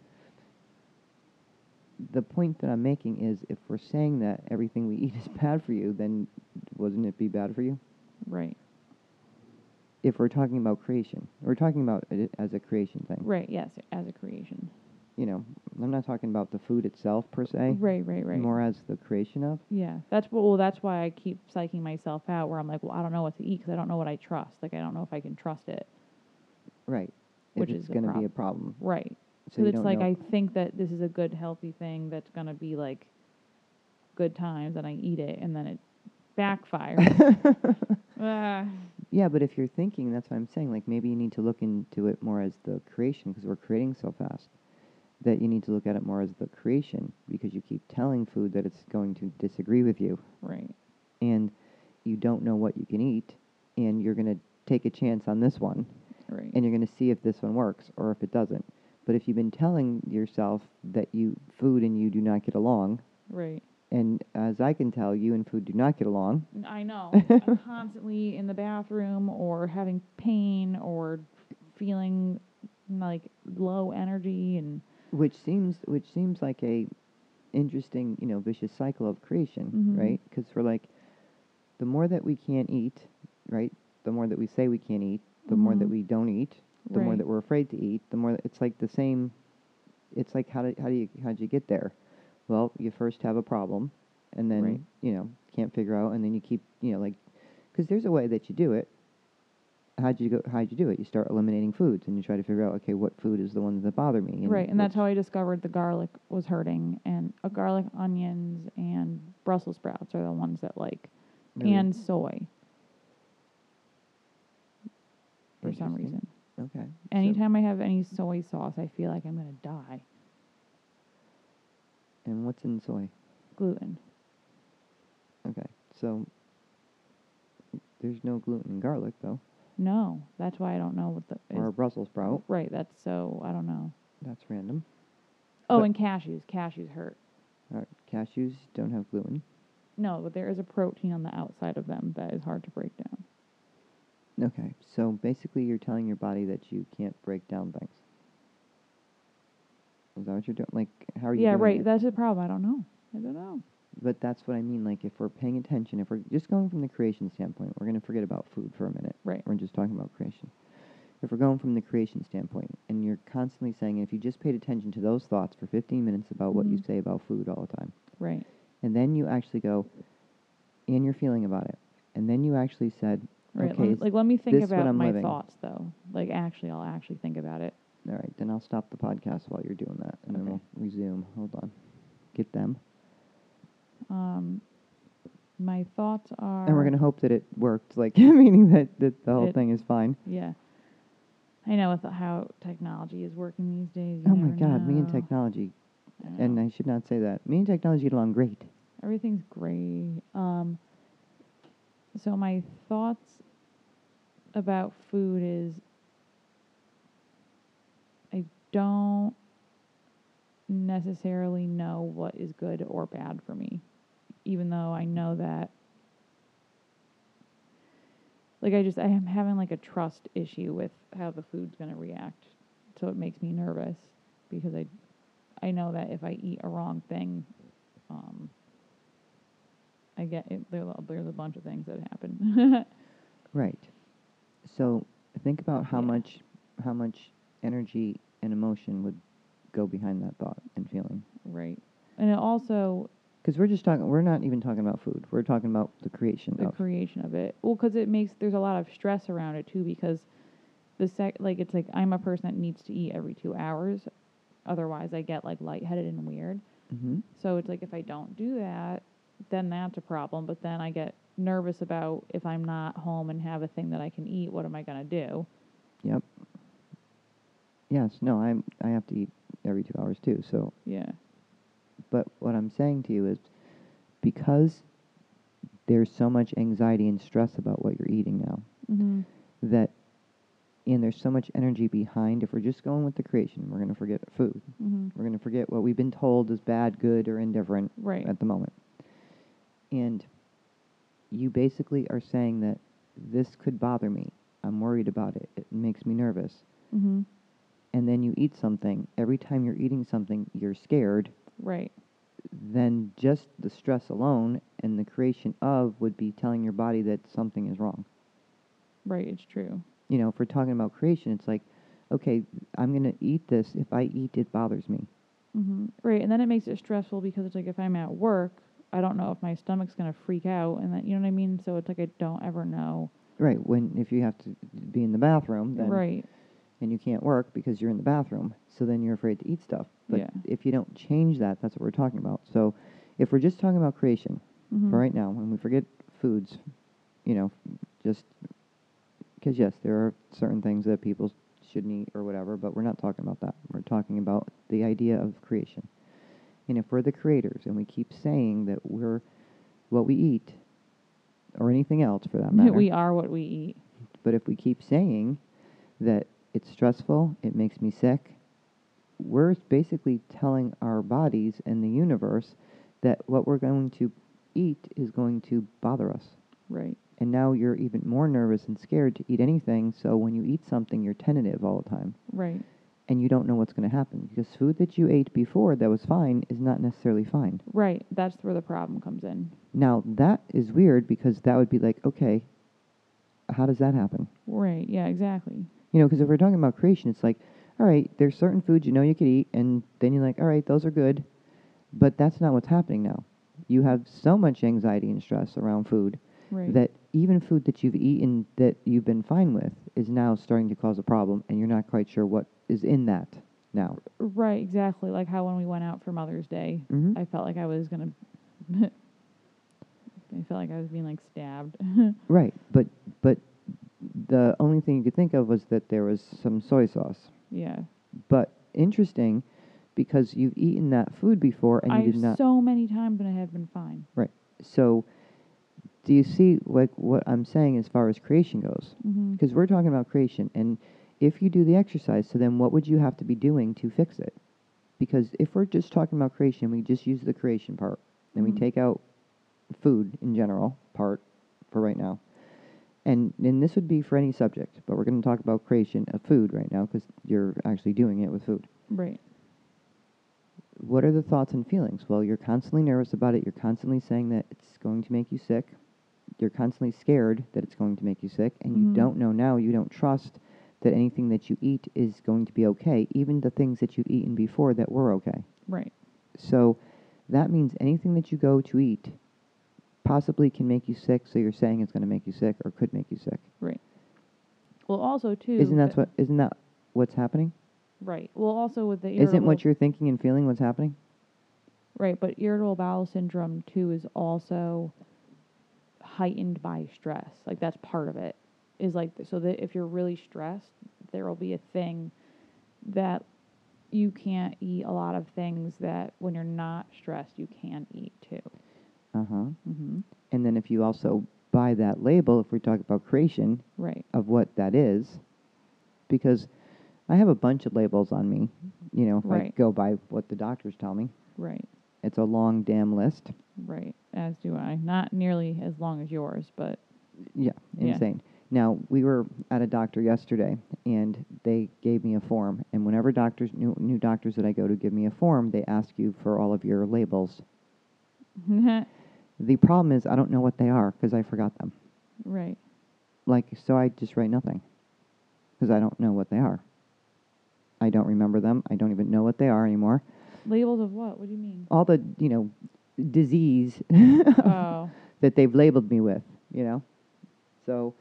B: The point that I'm making is, if we're saying that everything we eat is bad for you, then wouldn't it be bad for you?
C: Right.
B: If we're talking about creation, we're talking about it as a creation thing.
C: Right. Yes. As a creation.
B: You know, I'm not talking about the food itself per se.
C: Right. Right. Right.
B: More as the creation of.
C: Yeah. That's what. Well, that's why I keep psyching myself out. Where I'm like, well, I don't know what to eat because I don't know what I trust. Like I don't know if I can trust it.
B: Right.
C: Which
B: if
C: is
B: it's
C: the
B: going to
C: prob-
B: be a problem.
C: Right.
B: So
C: So
B: you
C: it's
B: don't
C: like
B: know.
C: I think that this is a good healthy thing that's gonna be like good times, and I eat it, and then it backfires. Ah,
B: Yeah, but if you're thinking, that's what I'm saying. Like maybe you need to look into it more as the creation because we're creating so fast that you need to look at it more as the creation because you keep telling food that it's going to disagree with you
C: right.
B: and you don't know what you can eat and you're going to take a chance on this one
C: Right.
B: and you're going to see if this one works or if it doesn't. But if you've been telling yourself that you food and you do not get along,
C: right.
B: and as I can tell, you and food do not get along.
C: N- I know. I'm constantly in the bathroom or having pain or feeling like low energy and
B: which seems which seems like a interesting you know vicious cycle of creation
C: Mhm.
B: right because we're like the more that we can't eat right the more that we say we can't eat the more that
C: Mhm.
B: we don't eat the more
C: Right.
B: that we're afraid to eat the more that it's like the same it's like how do, how do you how would you get there well you first have a problem and then
C: Right.
B: you know can't figure out and then you keep you know like because there's a way that you do it how'd you go, how'd you do it? You start eliminating foods and you try to figure out, okay, what food is the ones that bother me?
C: Right, and that's
B: what's-
C: how I discovered the garlic was hurting, and uh, garlic, onions, and Brussels sprouts are the ones that like,
B: Really?
C: and soy for some
B: Interesting.
C: reason.
B: Okay. so-
C: Anytime I have any soy sauce, I feel like I'm gonna die.
B: and what's in soy?
C: Gluten.
B: Okay. So there's no gluten in garlic though,
C: No, that's why I don't know what the
B: or a
C: is.
B: Brussels sprout.
C: Right, that's so I don't know.
B: That's random.
C: Oh,
B: But-
C: and cashews. Cashews hurt.
B: All right. Cashews don't have gluten.
C: No, but there is a protein on the outside of them that is hard to break down.
B: Okay. So basically, you're telling your body that you can't break down things. Is that what you're doing? Like, how are you?
C: Yeah,
B: doing
C: right.
B: it?
C: That's the problem. I don't know. I don't know.
B: but that's what I mean. Like, if we're paying attention, if we're just going from the creation standpoint, we're going to forget about food for a minute.
C: Right.
B: We're just talking about creation. If we're going from the creation standpoint, and you're constantly saying, if you just paid attention to those thoughts for 15 minutes about what you
C: Mhm.
B: say about food all the time,
C: Right.
B: and then you actually go, and you're feeling about it, and then you actually said,
C: Right.
B: okay,
C: lem-
B: it's-
C: like let me think
B: this what
C: about
B: I'm
C: my
B: living.
C: thoughts though. Like actually I'll actually think about it.
B: All right, then I'll stop the podcast while you're doing that, and then
C: Okay.
B: we'll resume. Hold on. Get them.
C: Um my thoughts are
B: And we're going to hope that it worked, like, meaning that, that the whole
C: It-
B: thing is fine.
C: Yeah. I know with how technology is working these days. you
B: Oh, my
C: never
B: God, me and
C: know.
B: technology.
C: I don't
B: And
C: know.
B: I should not say that. Me and technology get along great.
C: everything's great. Um so my thoughts about food is I don't necessarily know what is good or bad for me, even though I know that. Like I just I am having like a trust issue with how the food's gonna react, so it makes me nervous because I, I know that if I eat a wrong thing, um, I get it, there, there's a bunch of things that happen.
B: Right. So think about how
C: Yeah.
B: much how much energy and emotion would go behind that thought and feeling.
C: Right. And it also
B: Because we're just talking, we're not even talking about food. We're talking about the creation
C: the
B: of.
C: creation of it. Well, because it makes there's a lot of stress around it too. Because the sec like it's like I'm a person that needs to eat every two hours, otherwise I get like lightheaded and weird.
B: hmm
C: So it's like if I don't do that, then that's a problem. But then I get nervous about if I'm not home and have a thing that I can eat, what am I gonna do?
B: Yep. Yes. No. I'm. I have to eat every two hours too. So,
C: Yeah.
B: but what I'm saying to you is, because there's so much anxiety and stress about what you're eating now,
C: Mm-hmm.
B: that and there's so much energy behind if we're just going with the creation we're going to forget food
C: Mm-hmm.
B: we're going to forget what we've been told is bad good or indifferent
C: Right.
B: at the moment and you basically are saying that this could bother me i'm worried about it it makes me nervous
C: Mm-hmm.
B: and then you eat something every time you're eating something you're scared
C: Right.
B: then just the stress alone and the creation of would be telling your body that something is wrong
C: Right. It's true.
B: you know, if we're talking about creation, it's like, okay, I'm going to eat this. If I eat, it bothers me.
C: hmm Right, and then it makes it stressful because it's like if I'm at work, I don't know if my stomach's gonna freak out, and then you know what I mean. So it's like I don't ever know.
B: Right. When, if you have to be in the bathroom, then,
C: Right,
B: and you can't work because you're in the bathroom, so then you're afraid to eat stuff. But
C: Yeah.
B: if you don't change that, that's what we're talking about. So if we're just talking about creation
C: Mhm.
B: for right now, when we forget foods, you know, just because, yes, there are certain things that people shouldn't eat or whatever, but we're not talking about that. We're talking about the idea of creation. And if we're the creators and we keep saying that we're what we eat, or anything else for that matter,
C: we are what we eat.
B: but if we keep saying that it's stressful, it makes me sick, we're basically telling our bodies and the universe that what we're going to eat is going to bother us.
C: Right,
B: And now you're even more nervous and scared to eat anything, so when you eat something, you're tentative all the time.
C: right,
B: And you don't know what's going to happen because food that you ate before that was fine is not necessarily fine.
C: right. That's where the problem comes in.
B: Now, that is weird because that would be like, okay, how does that happen?
C: Right. Yeah. Exactly.
B: You know, because if we're talking about creation, it's like, all right, there's certain foods you know you could eat, and then you're like, all right, those are good, but that's not what's happening now. You have so much anxiety and stress around food
C: Right.
B: that even food that you've eaten that you've been fine with is now starting to cause a problem, and you're not quite sure what is in that now.
C: Right, exactly. Like how when we went out for Mother's Day,
B: Mhm.
C: I felt like I was gonna. I felt like I was being like stabbed.
B: Right, but but the only thing you could think of was that there was some soy sauce.
C: yeah,
B: But interesting, because you've eaten that food before and you
C: I've
B: did not.
C: so many times and I have been fine.
B: right. So, do you see like what I'm saying as far as creation goes?
C: hmm
B: Because we're talking about creation, and if you do the exercise, so then what would you have to be doing to fix it? Because if we're just talking about creation, we just use the creation part, then
C: Mhm.
B: we take out food in general part for right now, and and this would be for any subject, but we're going to talk about creation of food right now because you're actually doing it with food.
C: Right.
B: What are the thoughts and feelings? Well, you're constantly nervous about it. You're constantly saying that it's going to make you sick. You're constantly scared that it's going to make you sick. And
C: Mhm.
B: you don't know now, you don't trust that anything that you eat is going to be okay, even the things that you've eaten before that were okay.
C: Right.
B: So that means anything that you go to eat possibly can make you sick. So you're saying it's going to make you sick or could make you sick.
C: Right. Well, also too.
B: Isn't that
C: th-
B: what? Isn't that what's happening?
C: Right. Well, also with the irritable,
B: Isn't what you're thinking and feeling what's happening?
C: right, but irritable bowel syndrome too is also heightened by stress. Like that's part of it. Is like so that if you're really stressed, there will be a thing that you can't eat a lot of things that when you're not stressed you can eat too.
B: Uh huh.
C: Mm-hmm.
B: And then if you also buy that label, if we talk about creation
C: Right.
B: of what that is, because I have a bunch of labels on me, you know, if
C: Right.
B: I go by what the doctors tell me,
C: Right.
B: it's a long damn list.
C: Right. As do I. Not nearly as long as yours, but
B: Yeah,
C: Yeah.
B: insane. Now, we were at a doctor yesterday and they gave me a form. And whenever doctors, new, new doctors that I go to give me a form, they ask you for all of your labels. The problem is, I don't know what they are because I forgot them.
C: right.
B: like so i just write nothing because i don't know what they are i don't remember them i don't even know what they are anymore
C: Labels of what? What do you mean?
B: all the you know disease
C: oh.
B: that they've labeled me with you know so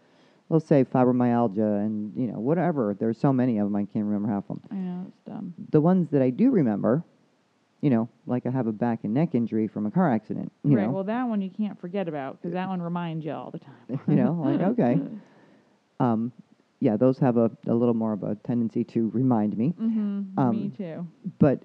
B: let's say fibromyalgia and you know whatever there's so many of them i can't remember half of them
C: I know it's dumb.
B: the ones that i do remember you know like i have a back and neck injury from a car accident you
C: right.
B: know
C: Well, that one you can't forget about because that one reminds you all the time.
B: you know like okay um, yeah those have a, a little more of a tendency to remind me
C: hmm me
B: Um,
C: too.
B: but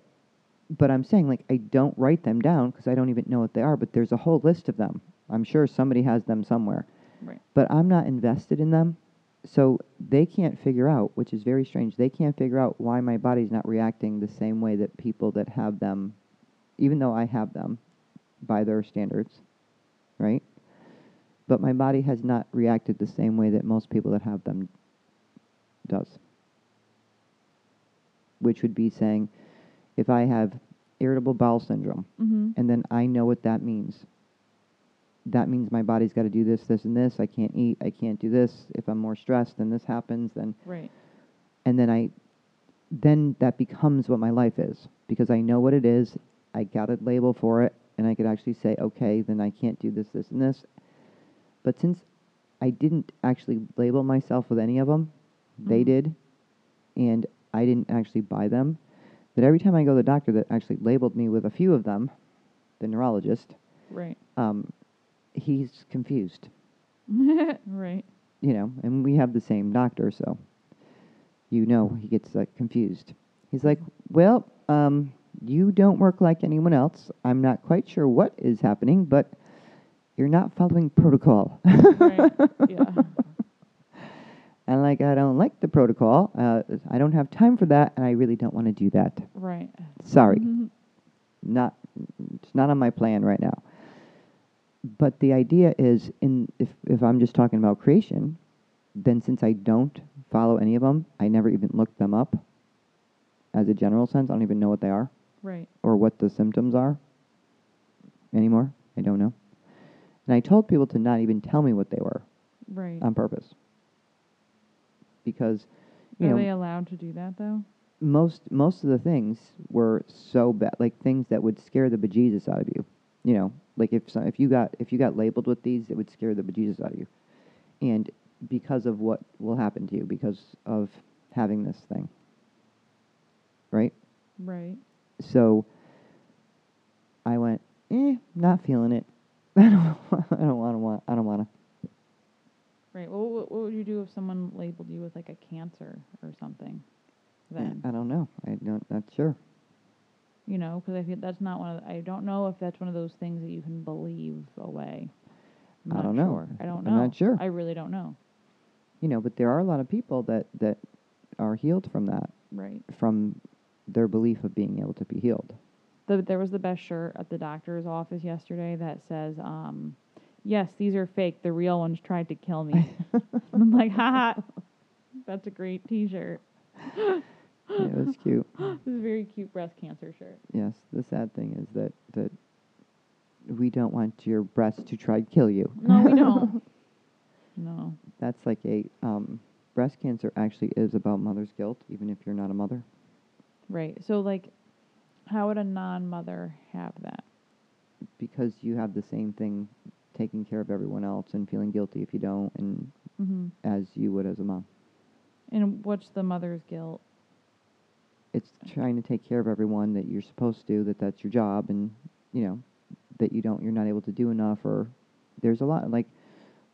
B: but I'm saying like I don't write them down because I don't even know what they are. But there's a whole list of them. I'm sure somebody has them somewhere.
C: Right.
B: But I'm not invested in them, so they can't figure out, which is very strange. They can't figure out why my body's not reacting the same way that people that have them, even though I have them, by their standards, right? But my body has not reacted the same way that most people that have them does. Which would be saying, if I have irritable bowel syndrome,
C: Mm-hmm.
B: and then I know what that means. That means my body's got to do this, this, and this. I can't eat. I can't do this. If I'm more stressed, then this happens. Then
C: Right.
B: and then I, then that becomes what my life is because I know what it is. I got a label for it, and I could actually say, okay, then I can't do this, this, and this. But since I didn't actually label myself with any of them, they
C: Mhm.
B: did, and I didn't actually buy them. That every time I go to the doctor that actually labeled me with a few of them, the neurologist,
C: Right.
B: um, he's confused,
C: right.
B: you know, and we have the same doctor, so you know he gets like confused. He's like, "Well, um, you don't work like anyone else. I'm not quite sure what is happening, but you're not following protocol."
C: Right. yeah.
B: and like, I don't like the protocol. Uh, I don't have time for that, and I really don't want to do that.
C: Right.
B: Sorry.
C: Mhm.
B: not it's not on my plan right now but the idea is in if, if i'm just talking about creation then since i don't follow any of them i never even looked them up as a general sense i don't even know what they are
C: Right.
B: or what the symptoms are anymore i don't know and i told people to not even tell me what they were
C: Right.
B: on purpose because you
C: Are
B: know
C: they allowed to do that though?
B: most most of the things were so bad, like things that would scare the bejesus out of you. You know, like if so, if you got if you got labeled with these, it would scare the bejesus out of you. and because of what will happen to you because of having this thing. Right?
C: Right.
B: So I went, eh, not feeling it. I don't, I don't want to want. I don't want to.
C: Right. Well, what, what would you do if someone labeled you with like a cancer or something? Then
B: I don't know. I don't. Not sure.
C: you know, because I think that's not one. Of the, I don't know if that's one of those things that you can believe away. I'm
B: I
C: not
B: don't know.
C: sure. I don't know.
B: I'm not sure.
C: I really don't know.
B: You know, but there are a lot of people that that are healed from that,
C: Right.
B: from their belief of being able to be healed.
C: The, there was the best shirt at the doctor's office yesterday that says, um, "Yes, these are fake. The real ones tried to kill me." I'm like, "Ha ha, that's a great T-shirt.
B: Yeah, it was cute.
C: This is a very cute breast cancer shirt."
B: Yes. The sad thing is that that we don't want your breast to try to kill you.
C: No, we don't. no.
B: That's like a um, breast cancer actually is about mother's guilt, even if you're not a mother.
C: Right. So like, how would a non-mother have that?
B: because you have the same thing taking care of everyone else and feeling guilty if you don't and
C: Mm-hmm.
B: as you would as a mom
C: And what's the mother's guilt?
B: it's trying to take care of everyone that you're supposed to that that's your job and you know that you don't you're not able to do enough or there's a lot like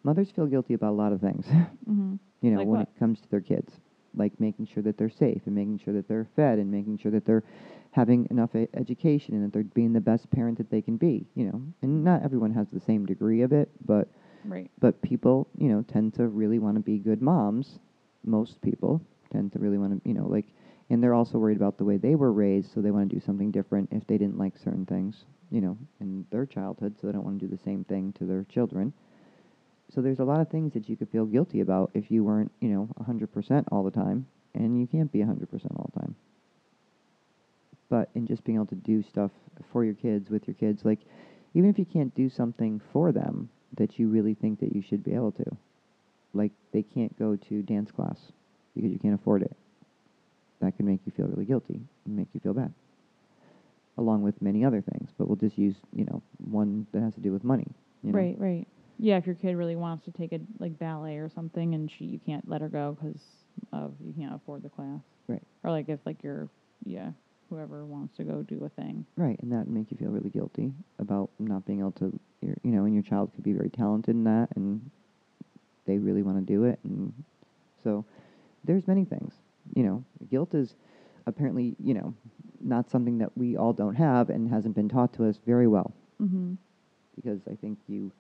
B: mothers feel guilty about a lot of things
C: Mm-hmm.
B: you know
C: Like
B: when
C: what?
B: it comes to their kids like making sure that they're safe and making sure that they're fed and making sure that they're having enough e- education and that they're being the best parent that they can be you know and not everyone has the same degree of it but
C: Right.
B: but people, you know, tend to really want to be good moms. Most people tend to really want to, you know, like, and they're also worried about the way they were raised, so they want to do something different if they didn't like certain things, you know, in their childhood, so they don't want to do the same thing to their children. So there's a lot of things that you could feel guilty about if you weren't, you know, 100% all the time, and you can't be 100% all the time. But in just being able to do stuff for your kids, with your kids, like, even if you can't do something for them that you really think that you should be able to like they can't go to dance class because you can't afford it that can make you feel really guilty and make you feel bad along with many other things but we'll just use you know one that has to do with money you know?
C: Right. Right. Yeah. If your kid really wants to take a like ballet or something, and she you can't let her go because of you can't afford the class.
B: Right.
C: Or like if like your yeah whoever wants to go do a thing.
B: right and that make you feel really guilty about not being able to your- you know and your child could be very talented in that and they really want to do it and so there's many things you know guilt is apparently you know not something that we all don't have and hasn't been taught to us very well
C: Mm-hmm.
B: because i think you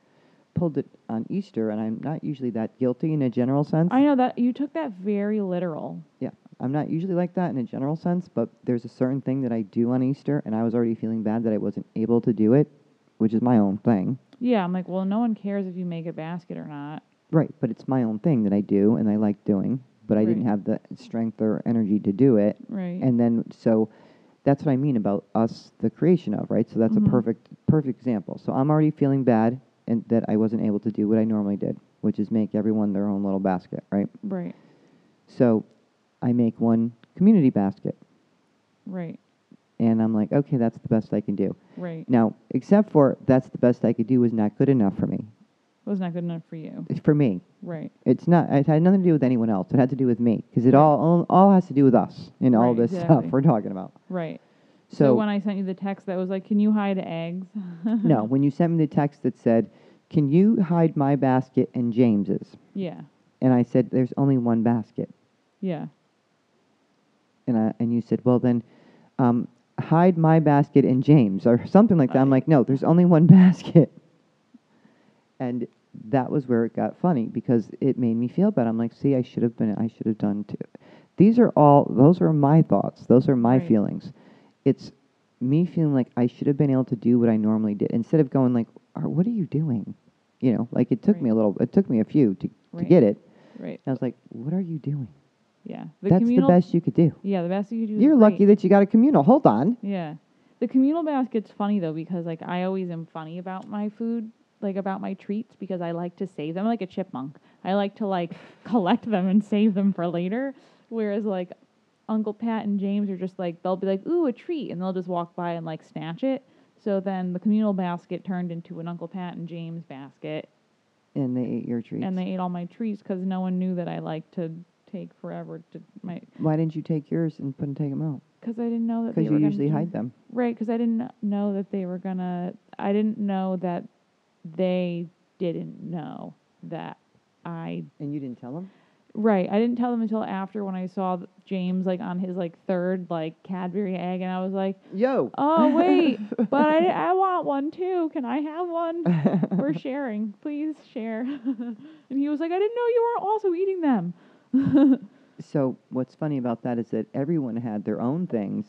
B: pulled it on easter and i'm not usually that guilty in a general sense
C: I know that you took that very literal.
B: yeah i'm not usually like that in a general sense but there's a certain thing that i do on easter and i was already feeling bad that i wasn't able to do it which is my own thing
C: Yeah. I'm like, well, no one cares if you make a basket or not.
B: Right, but it's my own thing that I do and I like doing, but I didn't
C: Right.
B: have the strength or energy to do it.
C: Right.
B: And then so that's what I mean about us the creation of, right? So that's
C: Mhm.
B: a perfect perfect example. So I'm already feeling bad and that I wasn't able to do what I normally did, which is make everyone their own little basket, right?
C: right.
B: So I make one community basket
C: Right.
B: and I'm like, okay, that's the best I can do.
C: Right.
B: Now, except for that's the best I could do was not good enough for me.
C: It was not good enough for you.
B: For me,
C: Right.
B: It's not. It had nothing to do with anyone else. It had to do with me because it all, all all has to do with us and all
C: Right,
B: this stuff
C: exactly.
B: we're talking about.
C: Right.
B: So,
C: so when I sent you the text that was like, can you hide eggs?
B: no, when you sent me the text that said, "Can you hide my basket and James's?"
C: Yeah.
B: and I said, "There's only one basket,"
C: Yeah.
B: and I, and you said, "Well then, um, hide my basket and James or something like that." I'm like, "No, there's only one basket," and that was where it got funny because it made me feel bad. I'm like, "See, I should have been. I should have done too." These are all. Those are my thoughts. Those are my
C: Right.
B: feelings. It's me feeling like I should have been able to do what I normally did instead of going like, "Art, "What are you doing?" You know, like it took me a
C: Right.
B: little. It took me a few to to
C: Right.
B: get it.
C: Right.
B: I was like, "What are you doing?"
C: Yeah.
B: That's
C: communal-
B: the best you could do.
C: Yeah, the best you could do. is
B: You're lucky
C: great.
B: that you got a communal. Hold on.
C: yeah, the communal basket's funny though because like I always am funny about my food, like about my treats because I like to save them I'm like a chipmunk. I like to like collect them and save them for later. Whereas like Uncle Pat and James are just like they'll be like ooh a treat and they'll just walk by and like snatch it. So then the communal basket turned into an Uncle Pat and James basket
B: and they ate your treats.
C: and they ate all my treats because no one knew that I liked to take forever to my
B: Why didn't you take yours and put and take them out?
C: because I didn't know that they
B: Because
C: were
B: you
C: gonna
B: usually
C: do-
B: hide them.
C: right because I didn't know that they were gonna I didn't know that they didn't know that I
B: And you didn't tell them?
C: Right. I didn't tell them until after when I saw th- James like on his like third like Cadbury egg, and I was like,
B: Yo.
C: "Oh wait, but I I want one too. Can I have one? We're sharing. Please share." and he was like, "I didn't know you were also eating them."
B: so what's funny about that is that everyone had their own things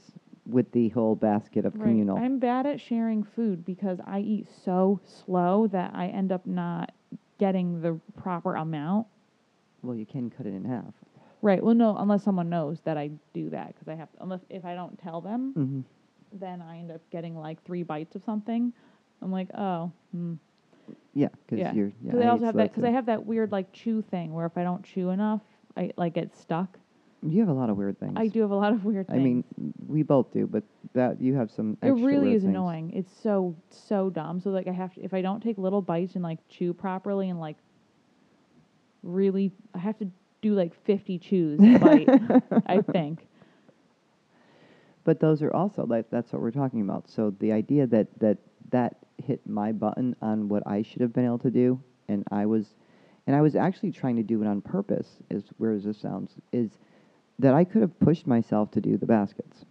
B: with the whole basket of
C: Right.
B: communal.
C: I'm bad at sharing food because I eat so slow that I end up not getting the proper amount.
B: well, you can cut it in half.
C: Right. Well, no, unless someone knows that I do that because I have unless if I don't tell them.
B: hmm
C: then I end up getting like three bites of something. I'm like, oh, hmm.
B: Yeah, because
C: Yeah.
B: you're. Yeah,
C: Because I
B: ate
C: also have
B: slow
C: that. Because I
B: too.
C: have that weird like chew thing where if I don't chew enough, I like get stuck.
B: You have a lot of weird things.
C: I do have a lot of weird.
B: I
C: Things.
B: mean, we both do, but that you have some.
C: it
B: extra
C: really
B: weird
C: is
B: things.
C: annoying. It's so so dumb. So like I have to if I don't take little bites and like chew properly and like really I have to do like 50 chews a bite. I think.
B: But those are also like that's what we're talking about. So the idea that that that hit my button on what I should have been able to do, and I was, and I was actually trying to do it on purpose. Is whereas this sounds is that I could have pushed myself to do the baskets,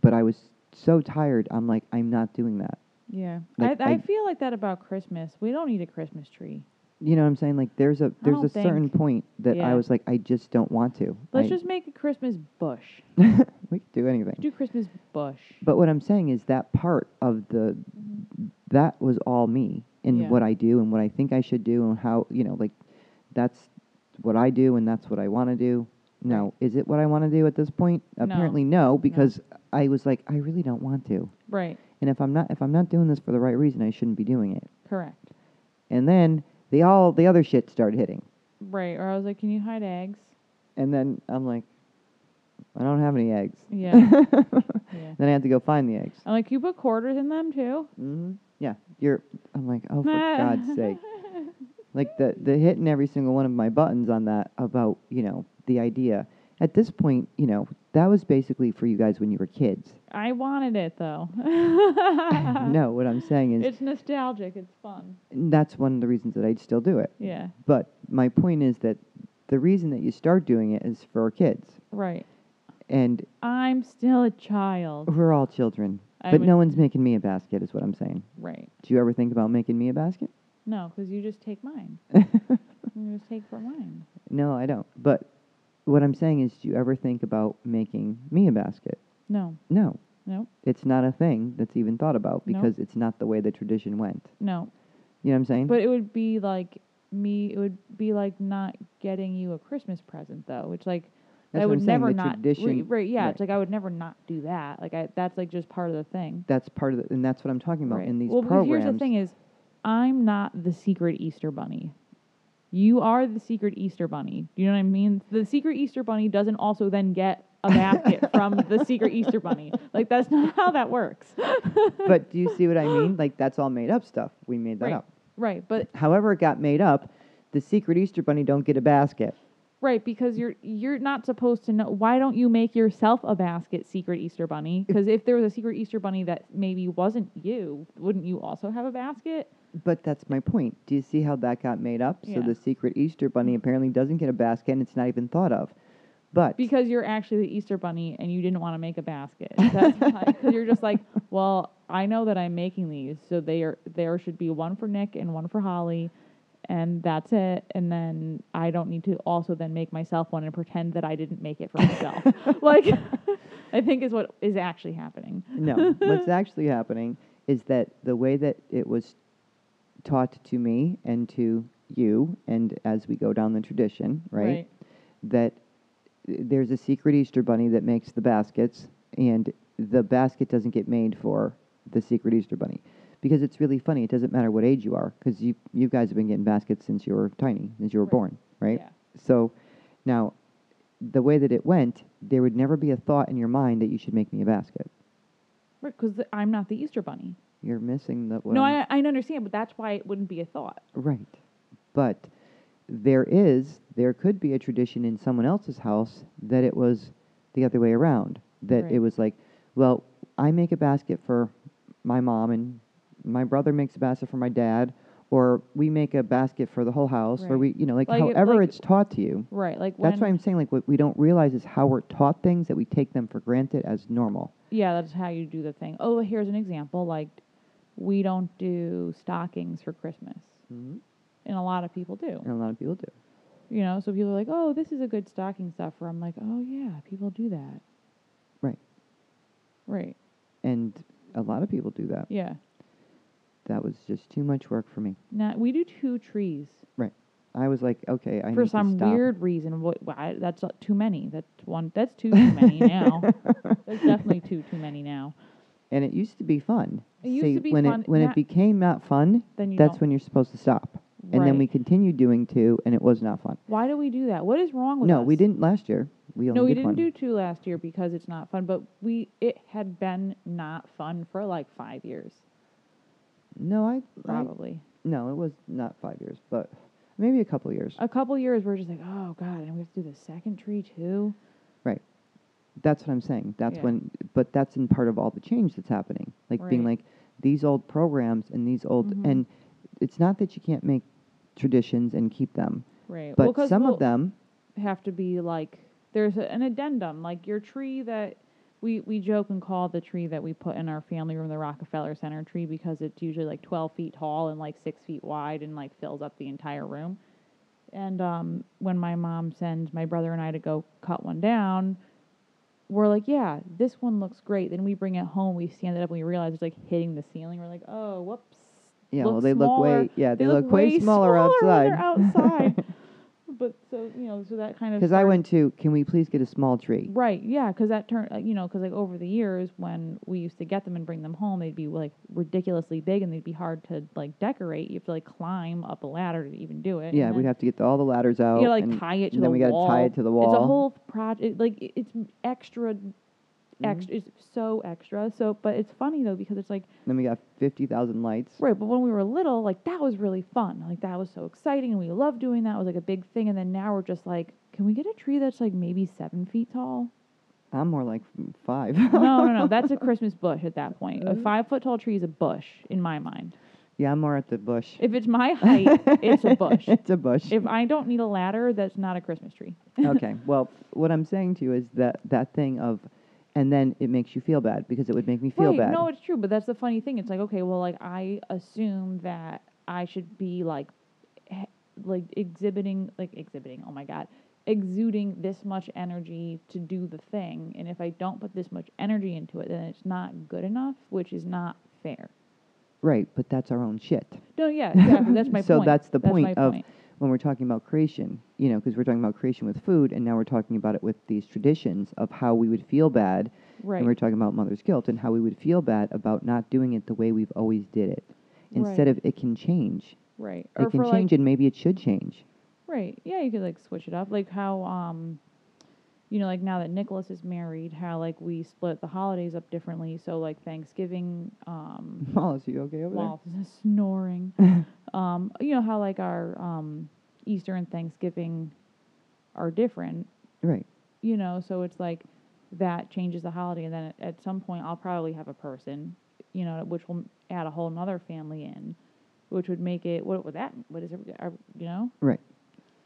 B: but I was so tired. I'm like I'm not doing that.
C: Yeah.
B: Like,
C: I, I
B: I-
C: feel like that about Christmas. We don't need a Christmas tree.
B: You know what I'm saying? Like there's a there's a
C: don't
B: certain
C: think-
B: point that
C: yeah.
B: I was like I just don't want to.
C: Let's
B: I-
C: just make a Christmas bush.
B: we could do anything.
C: Do Christmas bush.
B: But what I'm saying is that part of the that was all me in
C: Yeah.
B: what I do and what I think I should do and how you know like that's what I do and that's what I want to do. Now, is it what I want to do at this point?
C: No.
B: Apparently no, because I was like I really don't want to.
C: Right.
B: And if I'm not if I'm not doing this for the right reason, I shouldn't be doing it.
C: Correct.
B: And then the all the other shit started hitting.
C: Right. Or I was like, can you hide eggs?
B: And then I'm like I don't have any eggs.
C: Yeah.
B: then
C: yeah.
B: I have to go find the eggs.
C: I'm like, you put quarters in them too?
B: hmm Yeah, you're. I'm like, oh, for God's sake! Like the the hitting every single one of my buttons on that about you know the idea. At this point, you know that was basically for you guys when you were kids.
C: I wanted it though.
B: no, what I'm saying is
C: It's nostalgic. It's fun.
B: that's one of the reasons that I'd still do it.
C: Yeah.
B: But my point is that the reason that you start doing it is for kids,
C: Right.
B: and
C: I'm still a child.
B: we're all children.
C: I
B: but
C: would-
B: no one's making me a basket, is what I'm saying.
C: Right.
B: Do you ever think about making me a basket?
C: No, because you just take mine. you just take for mine.
B: No, I don't. But what I'm saying is, do you ever think about making me a basket?
C: No.
B: No,
C: No.
B: it's not a thing that's even thought about
C: No.
B: because it's not the way the tradition went.
C: No.
B: You know what I'm saying?
C: But it would be like me. It would be like not getting you a Christmas present though. It's like
B: That's
C: I
B: what
C: would
B: I'm saying,
C: never
B: the
C: not.
B: tradition-
C: right, right, Yeah.
B: right.
C: It's like I would never not do that. Like I. That's like just part of the thing.
B: that's part of the, and that's what I'm talking about
C: Right.
B: in these
C: well, because
B: programs.
C: here's the thing: is I'm not the secret Easter bunny. You are the secret Easter bunny. You know what I mean? The secret Easter bunny doesn't also then get a basket from the secret Easter bunny. Like that's not how that works.
B: but do you see what I mean? Like that's all made up stuff. We made that
C: Right.
B: up.
C: right, but
B: However, it got made up. The secret Easter bunny don't get a basket.
C: right because you're you're not supposed to know. Why don't you make yourself a basket, secret Easter bunny? Because if there was a secret Easter bunny that maybe wasn't you, wouldn't you also have a basket?
B: But that's my point. Do you see how that got made up? So
C: Yeah.
B: the secret Easter bunny apparently doesn't get a basket, and it's not even thought of. But
C: because you're actually the Easter bunny and you didn't want to make a basket. That's why 'cause you're just like, well, I know that I'm making these, so they are there should be one for Nick and one for Holly, and that's it. And then I don't need to also then make myself one and pretend that I didn't make it for myself. like, I think is what is actually happening.
B: no, what's actually happening is that the way that it was taught to me and to you, and as we go down the tradition, right, that there's a secret Easter bunny that makes the baskets, and the basket doesn't get made for the secret Easter bunny. Because it's really funny. It doesn't matter what age you are, because you, you guys have been getting baskets since you were tiny, since you were
C: Right.
B: born, right?
C: Yeah.
B: So now, the way that it went, there would never be a thought in your mind that you should make me a basket.
C: Because I'm not the Easter bunny.
B: You're missing the. what
C: no,
B: I'm-
C: I, I understand, but that's why it wouldn't be a thought.
B: Right. But there is, there could be a tradition in someone else's house that it was the other way around. That
C: Right.
B: it was like, well, I make a basket for my mom, and my brother makes a basket for my dad, or we make a basket for the whole house, or we,
C: Right.
B: you know, like,
C: Like it-
B: however
C: like-
B: it's taught to you.
C: Right. Like when
B: That's why I'm saying, like, what we don't realize is how we're taught things that we take them for granted as normal.
C: Yeah, that's how you do the thing. Oh, here's an example. Like, we don't do stockings for Christmas,
B: Mm-hmm.
C: and a lot of people do.
B: And a lot of people do.
C: You know, so people are like, "Oh, this is a good stocking stuffer." I'm like, "Oh yeah, people do that."
B: Right.
C: Right.
B: And a lot of people do that.
C: Yeah.
B: That was just too much work for me.
C: Now we do two trees
B: I was like, okay, I
C: for
B: need to
C: some
B: stop.
C: weird reason. What? Why? That's not too many. That's one. That's two too many now. That's definitely two too many now.
B: And it used to be fun.
C: It used
B: See,
C: to be
B: when
C: fun,
B: It, when
C: now-
B: it became not fun,
C: Then you
B: that's
C: don't.
B: when you're supposed to stop. And then
C: Right.
B: we continued doing two, and it was not fun.
C: Why do we do that? What is wrong with
B: No,
C: us?
B: we didn't last year. We only
C: No, we
B: did
C: didn't
B: one.
C: do two last year because it's not fun. But we it had been not fun for like five years,
B: no, I, I
C: probably
B: no, it was not five years, but maybe a couple years.
C: a couple years. We're just like, oh god, and we have to do the second tree too.
B: That's what I'm saying. That's
C: Yeah.
B: when, but that's in part of all the change that's happening. Like being
C: Right.
B: like these old programs and these old,
C: Mhm.
B: and it's not that you can't make traditions and keep them,
C: Right. well,
B: but
C: 'cause
B: some
C: we'll
B: of them,
C: have to be like there's a, an addendum like your tree that we we joke and call the tree that we put in our family room the Rockefeller Center tree because it's usually like 12 feet tall and like six feet wide and like fills up the entire room. And um, when my mom sends my brother and I to go cut one down, we're like, yeah, this one looks great. Then we bring it home, we stand it up, and we realize it's like hitting the ceiling. We're like, oh, whoops.
B: yeah, well,
C: look
B: they look
C: smaller-
B: way, yeah, they, look, way, smaller,
C: when
B: outside.
C: they're outside. but so you know, so that kind of
B: Because I
C: started-
B: went to, can we please get a small tree?
C: Right, yeah, because that turned, uh, you know, because like over the years when we used to get them and bring them home, they'd be like ridiculously big and they'd be hard to like decorate. You have to like climb up a ladder to even do it. and
B: Yeah, we'd
C: then
B: have to get the, all the ladders out.
C: You gotta like
B: and
C: tie it to
B: and
C: the
B: then we gotta
C: wall.
B: tie it to the
C: It's a
B: wall.
C: whole project. Like i- it's m- extra, extra.
B: Mm-hmm.
C: It's so extra. So, but it's funny though because it's like
B: Then we got fifty thousand lights.
C: Right, but when we were little, like that was really fun. Like that was so exciting, and we loved doing that. It was like a big thing. And then now we're just like, can we get a tree that's like maybe seven feet tall?
B: I'm more like f- five.
C: No, no, no. That's a Christmas bush at that point.
B: Mm.
C: A five foot tall tree is a bush in my mind.
B: yeah, I'm more at the bush.
C: If it's my height, it's a bush.
B: it's a bush.
C: If I don't need a ladder, that's not a Christmas tree.
B: okay. Well, what I'm saying to you is that that thing of, and then it makes you feel bad because it would make me feel
C: right,
B: bad.
C: No, it's true, but that's the funny thing. It's like, okay, well, like I assume that I should be like, h- like exhibiting, like exhibiting. Oh my god, exuding this much energy to do the thing, and if I don't put this much energy into it, then it's not good enough, which is not fair.
B: right, but that's our own shit.
C: No, yeah, exactly. That's my
B: so
C: point.
B: that's the point
C: my
B: of
C: point.
B: when we're talking about creation, you know, because we're talking about creation with food, and now we're talking about it with these traditions of how we would feel bad,
C: right.
B: and we're talking about mother's guilt and how we would feel bad about not doing it the way we've always did it. Instead of it can change,
C: right. Or
B: it can
C: for like
B: change, and maybe it should change.
C: Right. Yeah, you could like switch it up. Like how um you know, like now that Nicholas is married, how like we split the holidays up differently. So like Thanksgiving, um
B: Wallace, you okay over
C: Wallace is snoring. um, you know how like our um Easter and Thanksgiving are different,
B: there? Right.
C: you know, so it's like that changes the holiday and then at, at some point I'll probably have a person, you know, which will add a whole nother family in, which would make it what would that what is it are, you know?
B: Right.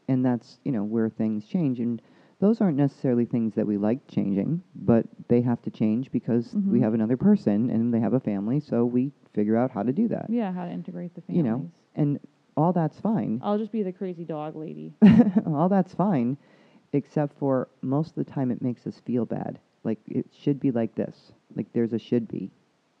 B: And that's, you know, where things change. And those aren't necessarily things that we like changing, but they have to change because we
C: Mhm.
B: have another person and they have a family, so we figure out how to do that.
C: Yeah, how to integrate the families.
B: You know, And all that's fine.
C: I'll just be the crazy dog lady.
B: all that's fine, except for most of the time it makes us feel bad. Like it should be like this. Like there's a should be,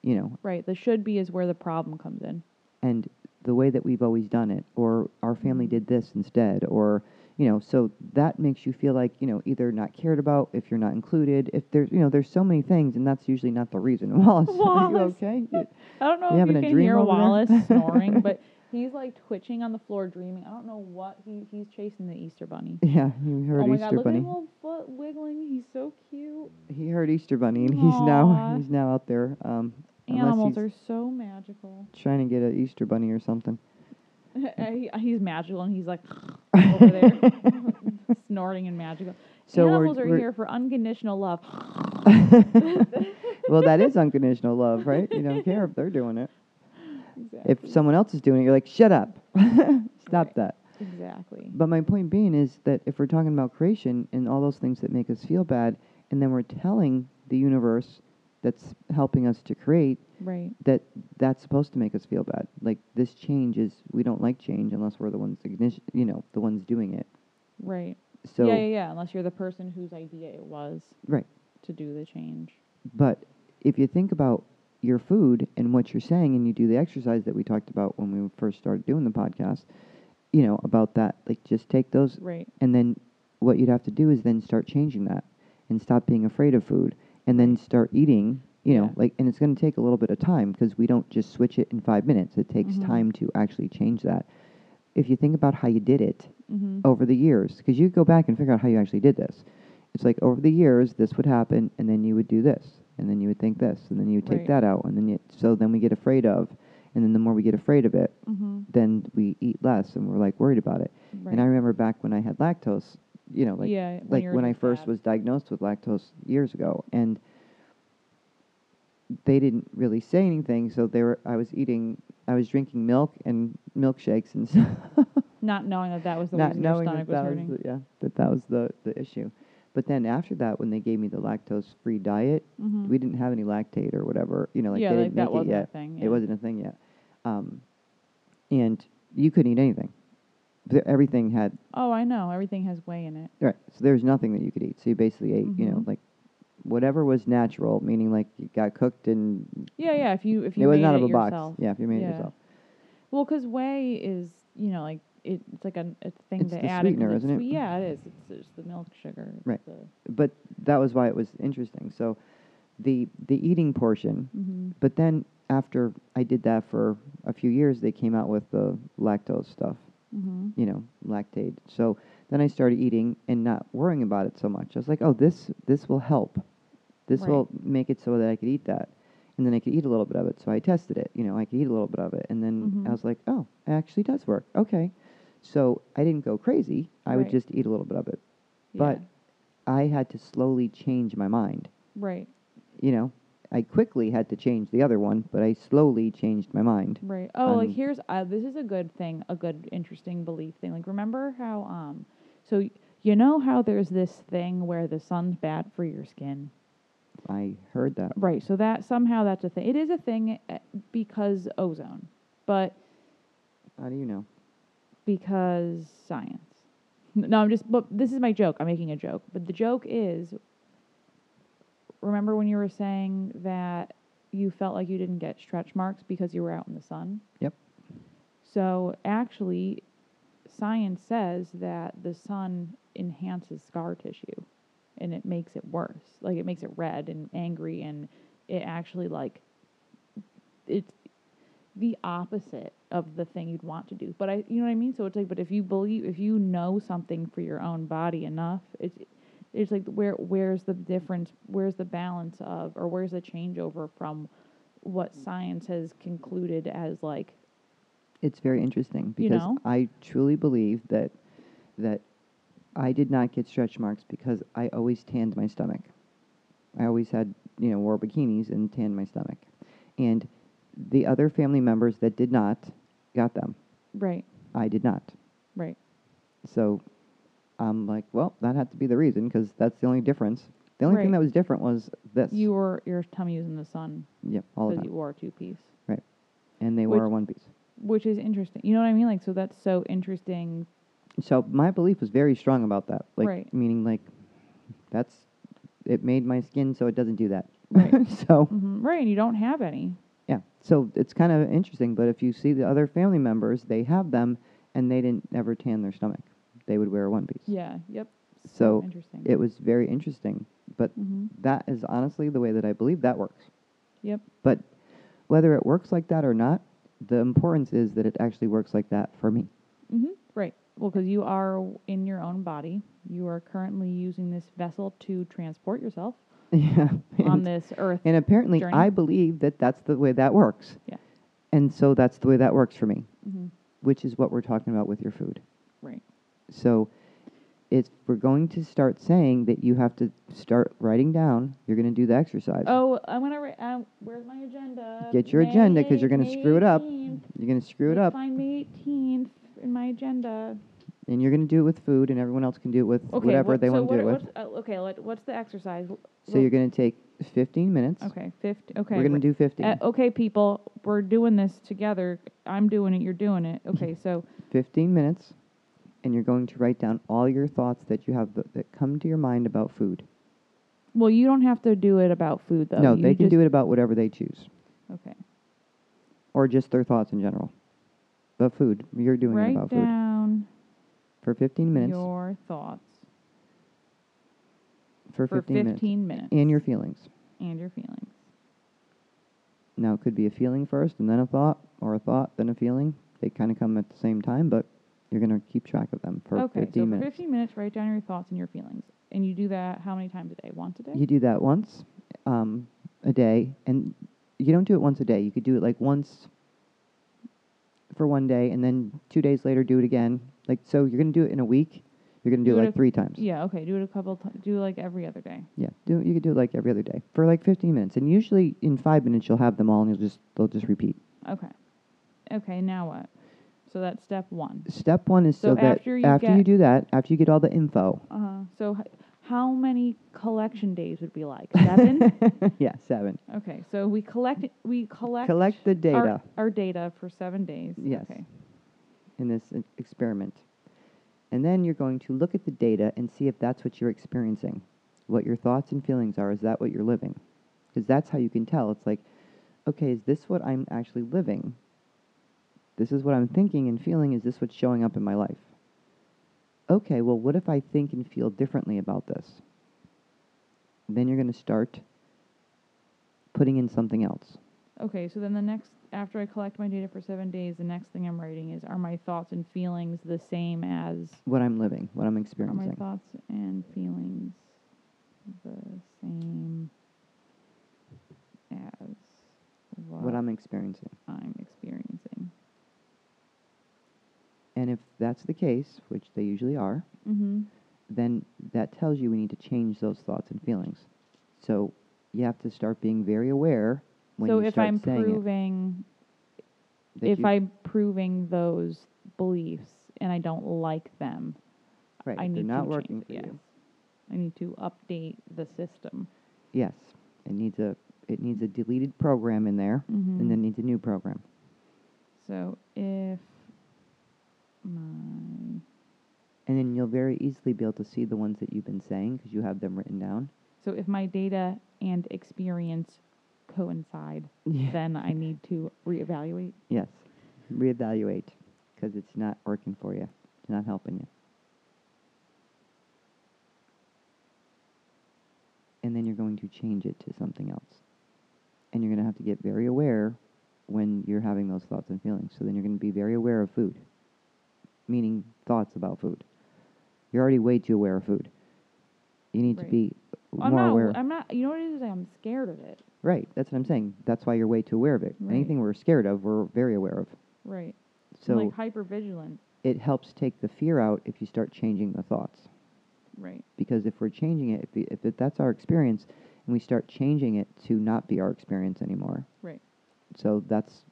B: you know,
C: right. The should be is where the problem comes in.
B: and the way that we've always done it, or our family
C: Mhm.
B: did this instead, or you know, so that makes you feel like you know either not cared about if you're not included, if there's you know there's so many things, and that's usually not the reason. Wallace, are you
C: Wallace.
B: okay? You-
C: I don't know
B: You
C: if
B: having
C: you
B: a
C: can
B: dream
C: hear
B: over there?
C: Wallace snoring, but he's like twitching on the floor dreaming. I don't know what he he's chasing the Easter bunny.
B: yeah, you heard
C: oh my
B: Easter
C: god, look at
B: Bunny.
C: him little foot wiggling. He's so cute.
B: He heard Easter Bunny, and he's now
C: Aw.
B: he's now out there. Um, unless
C: Animals
B: he's
C: are so magical.
B: trying to get an Easter Bunny or something.
C: he, he's magical and he's like over there snorting and magical.
B: So we're-
C: Animals are
B: we're-
C: here for unconditional love.
B: well, that is unconditional love, right? You don't care if they're doing it.
C: exactly.
B: If someone else is doing it, you're like, shut up, stop
C: Right.
B: that.
C: exactly.
B: But my point being is that if we're talking about creation and all those things that make us feel bad, and then we're telling the universe that's helping us to create
C: Right.
B: that that's supposed to make us feel bad. Like this change is we don't like change unless we're the ones ignition, you know, the ones doing it.
C: Right.
B: So
C: yeah, yeah, yeah. Unless you're the person whose idea it was
B: right.
C: to do the change.
B: But if you think about your food and what you're saying, and you do the exercise that we talked about when we first started doing the podcast, you know, about that, like just take those,
C: Right.
B: and then what you'd have to do is then start changing that and stop being afraid of food and then start eating, you know,
C: Yeah.
B: like, and it's going to take a little bit of time because we don't just switch it in five minutes. It takes
C: Mhm.
B: time to actually change that. If you think about how you did it,
C: Mm-hmm.
B: over the years because you go back and figure out how you actually did this it's like over the years this would happen and then you would do this and then you would think this and then you would take
C: Right.
B: that out and then you so then we get afraid of and then the more we get afraid of it
C: Mm-hmm.
B: then we eat less and we're like worried about it
C: Right.
B: and i remember back when i had lactose you know like
C: yeah.
B: like
C: you're
B: when I
C: just
B: first
C: bad.
B: was diagnosed with lactose years ago, and they didn't really say anything. So they were, I was eating, I was drinking milk and milkshakes, and stuff,
C: not knowing that that was the
B: not
C: reason your
B: knowing that
C: stomach was
B: that was,
C: hurting.
B: the, yeah, that that was the the issue. But then after that, when they gave me the lactose-free diet,
C: Mhm.
B: we didn't have any lactate or whatever, you know, like
C: yeah,
B: they
C: like
B: didn't
C: that
B: make it
C: wasn't
B: yet.
C: a thing.
B: It
C: yeah.
B: wasn't a thing yet, um, and you couldn't eat anything. Th- Everything had
C: Oh, I know. Everything has whey in it.
B: Right. So there was nothing that you could eat. So you basically ate, you know,
C: Mhm.
B: like whatever was natural, meaning like it got cooked and
C: Yeah, yeah. If you if you
B: it was
C: made
B: not of
C: it
B: a
C: yourself.
B: box. Yeah, if you made
C: Yeah.
B: it yourself.
C: Well, because whey is, you know, like it, it's like a, a thing
B: It's
C: they
B: the
C: add. in 'cause
B: sweetener,
C: it's
B: isn't it?
C: sweet- Yeah, it is. It's, it's the milk sugar. it's
B: Right.
C: the-
B: But that was why it was interesting. So the the eating portion,
C: mhm.
B: but then after I did that for a few years, they came out with the lactose stuff,
C: Mhm.
B: you know, lactate. So then I started eating and not worrying about it so much. I was like, "Oh, this this will help. This
C: Right.
B: will make it so that I could eat that." and then I could eat a little bit of it. So I tested it. You know, I could eat a little bit of it, and then
C: Mhm.
B: I was like, oh, it actually does work. Okay, so I didn't go crazy. I would
C: Right.
B: just eat a little bit of it,
C: Yeah.
B: but I had to slowly change my mind.
C: right,
B: You know, I quickly had to change the other one, but I slowly changed my mind.
C: right. Oh, like
B: Um,
C: here's uh, this is a good thing, a good interesting belief thing. Like remember how um, so y- you know how there's this thing where the sun's bad for your skin.
B: I heard that.
C: Right. So that somehow that's a thing. It is a thing uh, because ozone, but
B: How do you know?
C: because science. N- No, I'm just. But this is my joke. I'm making a joke. But the joke is. Remember when you were saying that you felt like you didn't get stretch marks because you were out in the sun?
B: Yep.
C: So actually, science says that the sun enhances scar tissue, and it makes it worse. Like it makes it red and angry, and it actually like it's the opposite of the thing you'd want to do. But I, you know what I mean. So it's like, but if you believe, if you know something for your own body enough, it's it's like where where's the difference? Where's the balance of, or where's the changeover from what science has concluded as like
B: It's very interesting
C: You
B: because
C: know?
B: I truly believe that that I did not get stretch marks because I always tanned my stomach. I always had, you know, wore bikinis and tanned my stomach. And the other family members that did not got them.
C: right,
B: I did not.
C: right,
B: So I'm like, well, that had to be the reason because that's the only difference. The only thing
C: Right.
B: that was different was this.
C: you were your tummy was in the sun
B: yep, all the
C: because
B: time.
C: you wore a two piece.
B: Right. And they
C: Which-
B: wore a one piece.
C: Which is interesting. You know what I mean? Like, so that's so interesting.
B: so my belief was very strong about that like
C: Right.
B: meaning like that's it made my skin so it doesn't do that
C: Right.
B: so
C: hmm Right. And you don't have any.
B: yeah so it's kind of interesting but if you see the other family members they have them and they didn't ever tan their stomach they would wear a one piece
C: Yeah. Yep.
B: So,
C: interesting.
B: it was very interesting but
C: hmm
B: that is honestly the way that i believe that works
C: Yep.
B: but whether it works like that or not the importance is that it actually works like that for me
C: hmm Right. Well, because you are w- in your own body, you are currently using this vessel to transport yourself
B: yeah
C: on
B: And-
C: this earth.
B: And apparently,
C: Journey.
B: I believe that that's the way that works.
C: Yeah.
B: And so that's the way that works for me.
C: hmm
B: which is what we're talking about with your food.
C: Right.
B: So it's we're going to start saying that you have to start writing down. You're going to do the exercise.
C: Oh, I'm gonna. Ri- uh, where's my agenda?
B: Get your agenda because you're going to screw it up.
C: 18th.
B: You're going to screw it
C: Like,
B: up,
C: Find May 18th in my agenda.
B: and you're going to do it with food, and everyone else can do it with
C: Okay.
B: whatever
C: what-
B: they
C: so
B: want to
C: what-
B: do it with.
C: what's- uh, okay. Let, what's the exercise? L-
B: So you're going to take 15 minutes.
C: Okay. Fifty. Okay.
B: We're going
C: right.
B: to do 15.
C: Uh, okay, people, we're doing this together. I'm doing it. You're doing it. Okay. So
B: 15 minutes, and you're going to write down all your thoughts that you have that, that come to your mind about food.
C: Well, you don't have to do it about food, though.
B: no,
C: you
B: they can
C: just,
B: do it about whatever they choose,
C: Okay.
B: or just their thoughts in general. But food, you're doing it
C: Write
B: about food
C: down
B: for 15 minutes.
C: your thoughts
B: for
C: for
B: 15, minutes,
C: 15 minutes.
B: and your feelings.
C: and your feelings.
B: Now it could be a feeling first, and then a thought, or a thought, then a feeling. They kind of come at the same time, but you're gonna keep track of them for
C: okay.
B: 15
C: so
B: minutes.
C: for 15 minutes, write down your thoughts and your feelings, and you do that how many times a day? Once a day.
B: You do that once um, a day, and you don't do it once a day. You could do it like once for one day, and then two days later do it again. Like so, you're gonna do it in a week. You're gonna do,
C: Do
B: it
C: it
B: like
C: a-
B: three times.
C: yeah. Okay. Do it a couple. T- do like every other day.
B: Yeah, do you could do it like every other day for like 15 minutes, and usually in five minutes you'll have them all, and you'll just they'll just repeat.
C: Okay. Okay. Now what? So that's step one.
B: Step one is so,
C: So
B: that
C: after you
B: after
C: get-
B: you do that, after you get all the info,
C: Uh, so h- how many collection days would be like seven?
B: yeah, seven.
C: okay. So we collect. We collect.
B: Collect the data
C: our- Our, data for seven days.
B: Yes.
C: Okay.
B: in this e- experiment. And then you're going to look at the data and see if that's what you're experiencing. What your thoughts and feelings are, is that what you're living? Because that's how you can tell. It's like, okay, is this what I'm actually living? This is what I'm thinking and feeling. Is this what's showing up in my life? Okay, well, what if I think and feel differently about this? Then you're going to start putting in something else.
C: Okay. So then the next, after I collect my data for seven days, the next thing I'm writing is: Are my thoughts and feelings the same as?
B: What I'm living, what I'm
C: Are my
B: experiencing.
C: thoughts and feelings the same as what,
B: What I'm experiencing.
C: I'm experiencing?
B: And if that's the case, which they usually are,
C: Mm-hmm.
B: then that tells you we need to change those thoughts and feelings. So you have to start being very aware when
C: so
B: you
C: if
B: start
C: I'm
B: saying
C: proving,
B: it. that
C: if
B: you-
C: I'm proving those beliefs and I don't like them,
B: right,
C: I
B: if they're
C: need
B: not
C: to
B: working
C: change,
B: for
C: yes.
B: you.
C: I need to update the system.
B: Yes, it needs a it needs a deleted program in there,
C: Mhm.
B: and then needs a new program.
C: So if my
B: And then you'll very easily be able to see the ones that you've been saying because you have them written down.
C: so if my data and experience coincide,
B: Yeah.
C: then I need to reevaluate.
B: Yes, reevaluate because it's not working for you. It's not helping you. And then you're going to change it to something else. And you're going to have to get very aware when you're having those thoughts and feelings. So then you're going to be very aware of food, meaning thoughts about food. You're already way too aware of food. You need to
C: Right.
B: be more
C: I'm not.
B: aware.
C: I'm not. You know what it is? I'm scared of it.
B: right, that's what I'm saying. That's why you're way too aware of it.
C: Right.
B: Anything we're scared of, we're very aware of.
C: Right.
B: So
C: like hyper vigilant.
B: it helps take the fear out if you start changing the thoughts.
C: Right.
B: Because if we're changing it, if, we- if it, that's our experience, and we start changing it to not be our experience anymore.
C: Right.
B: So that's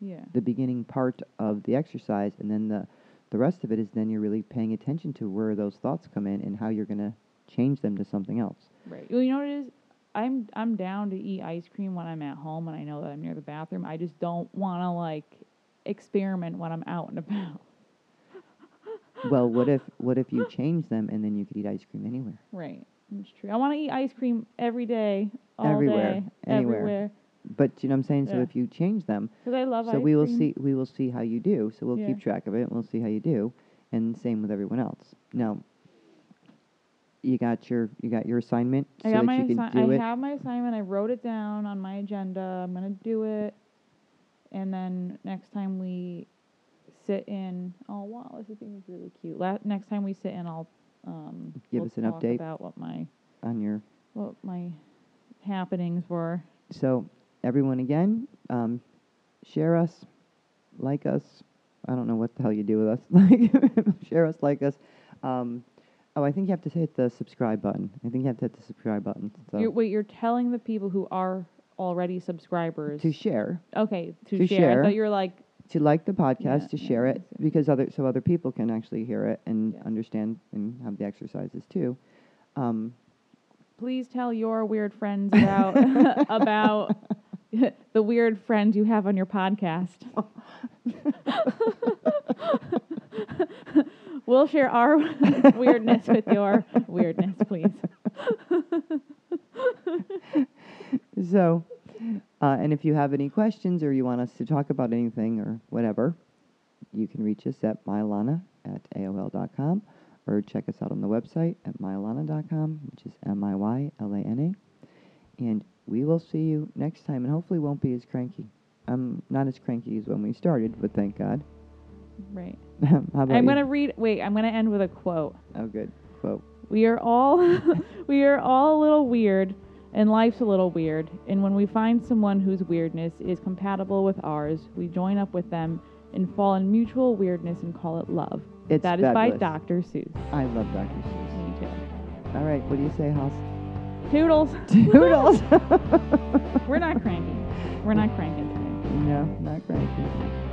C: Yeah.
B: the beginning part of the exercise, and then the the rest of it is then you're really paying attention to where those thoughts come in and how you're gonna change them to something else.
C: Right. Well, you know what it is? I'm I'm down to eat ice cream when I'm at home and I know that I'm near the bathroom. I just don't want to like experiment when I'm out and about.
B: well, what if what if you change them and then you could eat ice cream anywhere?
C: Right. That's true. I want to eat ice cream every day, all
B: Everywhere,
C: day,
B: anywhere.
C: everywhere.
B: But you know what I'm saying. So
C: Yeah.
B: if you change them,
C: Because I love ice
B: so
C: cream.
B: we will see we will see how you do so we'll
C: Yeah.
B: keep track of it and we'll see how you do and same with everyone else now you got your you got your assignment
C: I
B: so
C: got
B: that
C: my
B: you can
C: assi-
B: do
C: I
B: it
C: have my assignment. I wrote it down on my agenda. I'm gonna do it, and then next time we sit in. Oh wow, this is being really cute. La- next time we sit in, I'll um,
B: Give
C: we'll
B: us an
C: talk
B: update.
C: about what my
B: on your
C: what my happenings were.
B: so everyone again um, share us like us I don't know what the hell you do with us. Like, share us, like us. Um, oh, I think you have to hit the subscribe button. I think you have to hit the subscribe button. So
C: You're, wait, you're telling the people who are already subscribers.
B: to share,
C: okay, to,
B: to
C: share.
B: share.
C: I thought you were like,
B: to like the podcast,
C: Yeah,
B: to
C: yeah,
B: share it because other so other people can actually hear it and
C: Yeah.
B: understand and have the exercises too. Um,
C: please tell your weird friends about about the weird friend you have on your podcast. we'll share our weirdness with your weirdness, please.
B: So, uh, and if you have any questions or you want us to talk about anything or whatever, you can reach us at mylana at AOL.com or check us out on the website at mylana.com, which is M I Y L A N A. And we will see you next time, and hopefully, won't be as cranky. I'm not as cranky as when we started, but thank God.
C: Right.
B: How about
C: I'm
B: you?
C: gonna read. Wait, I'm gonna end with a quote.
B: Oh, good. Quote.
C: We are all we are all a little weird and life's a little weird. And when we find someone whose weirdness is compatible with ours, we join up with them and fall in mutual weirdness and call it love.
B: It's
C: that is
B: fabulous.
C: by Dr. Seuss.
B: I love Dr. Seuss.
C: Me too.
B: All right, what do you say, House?
C: Toodles.
B: Toodles.
C: We're not cranky. We're not cranking today.
B: no, not cranky.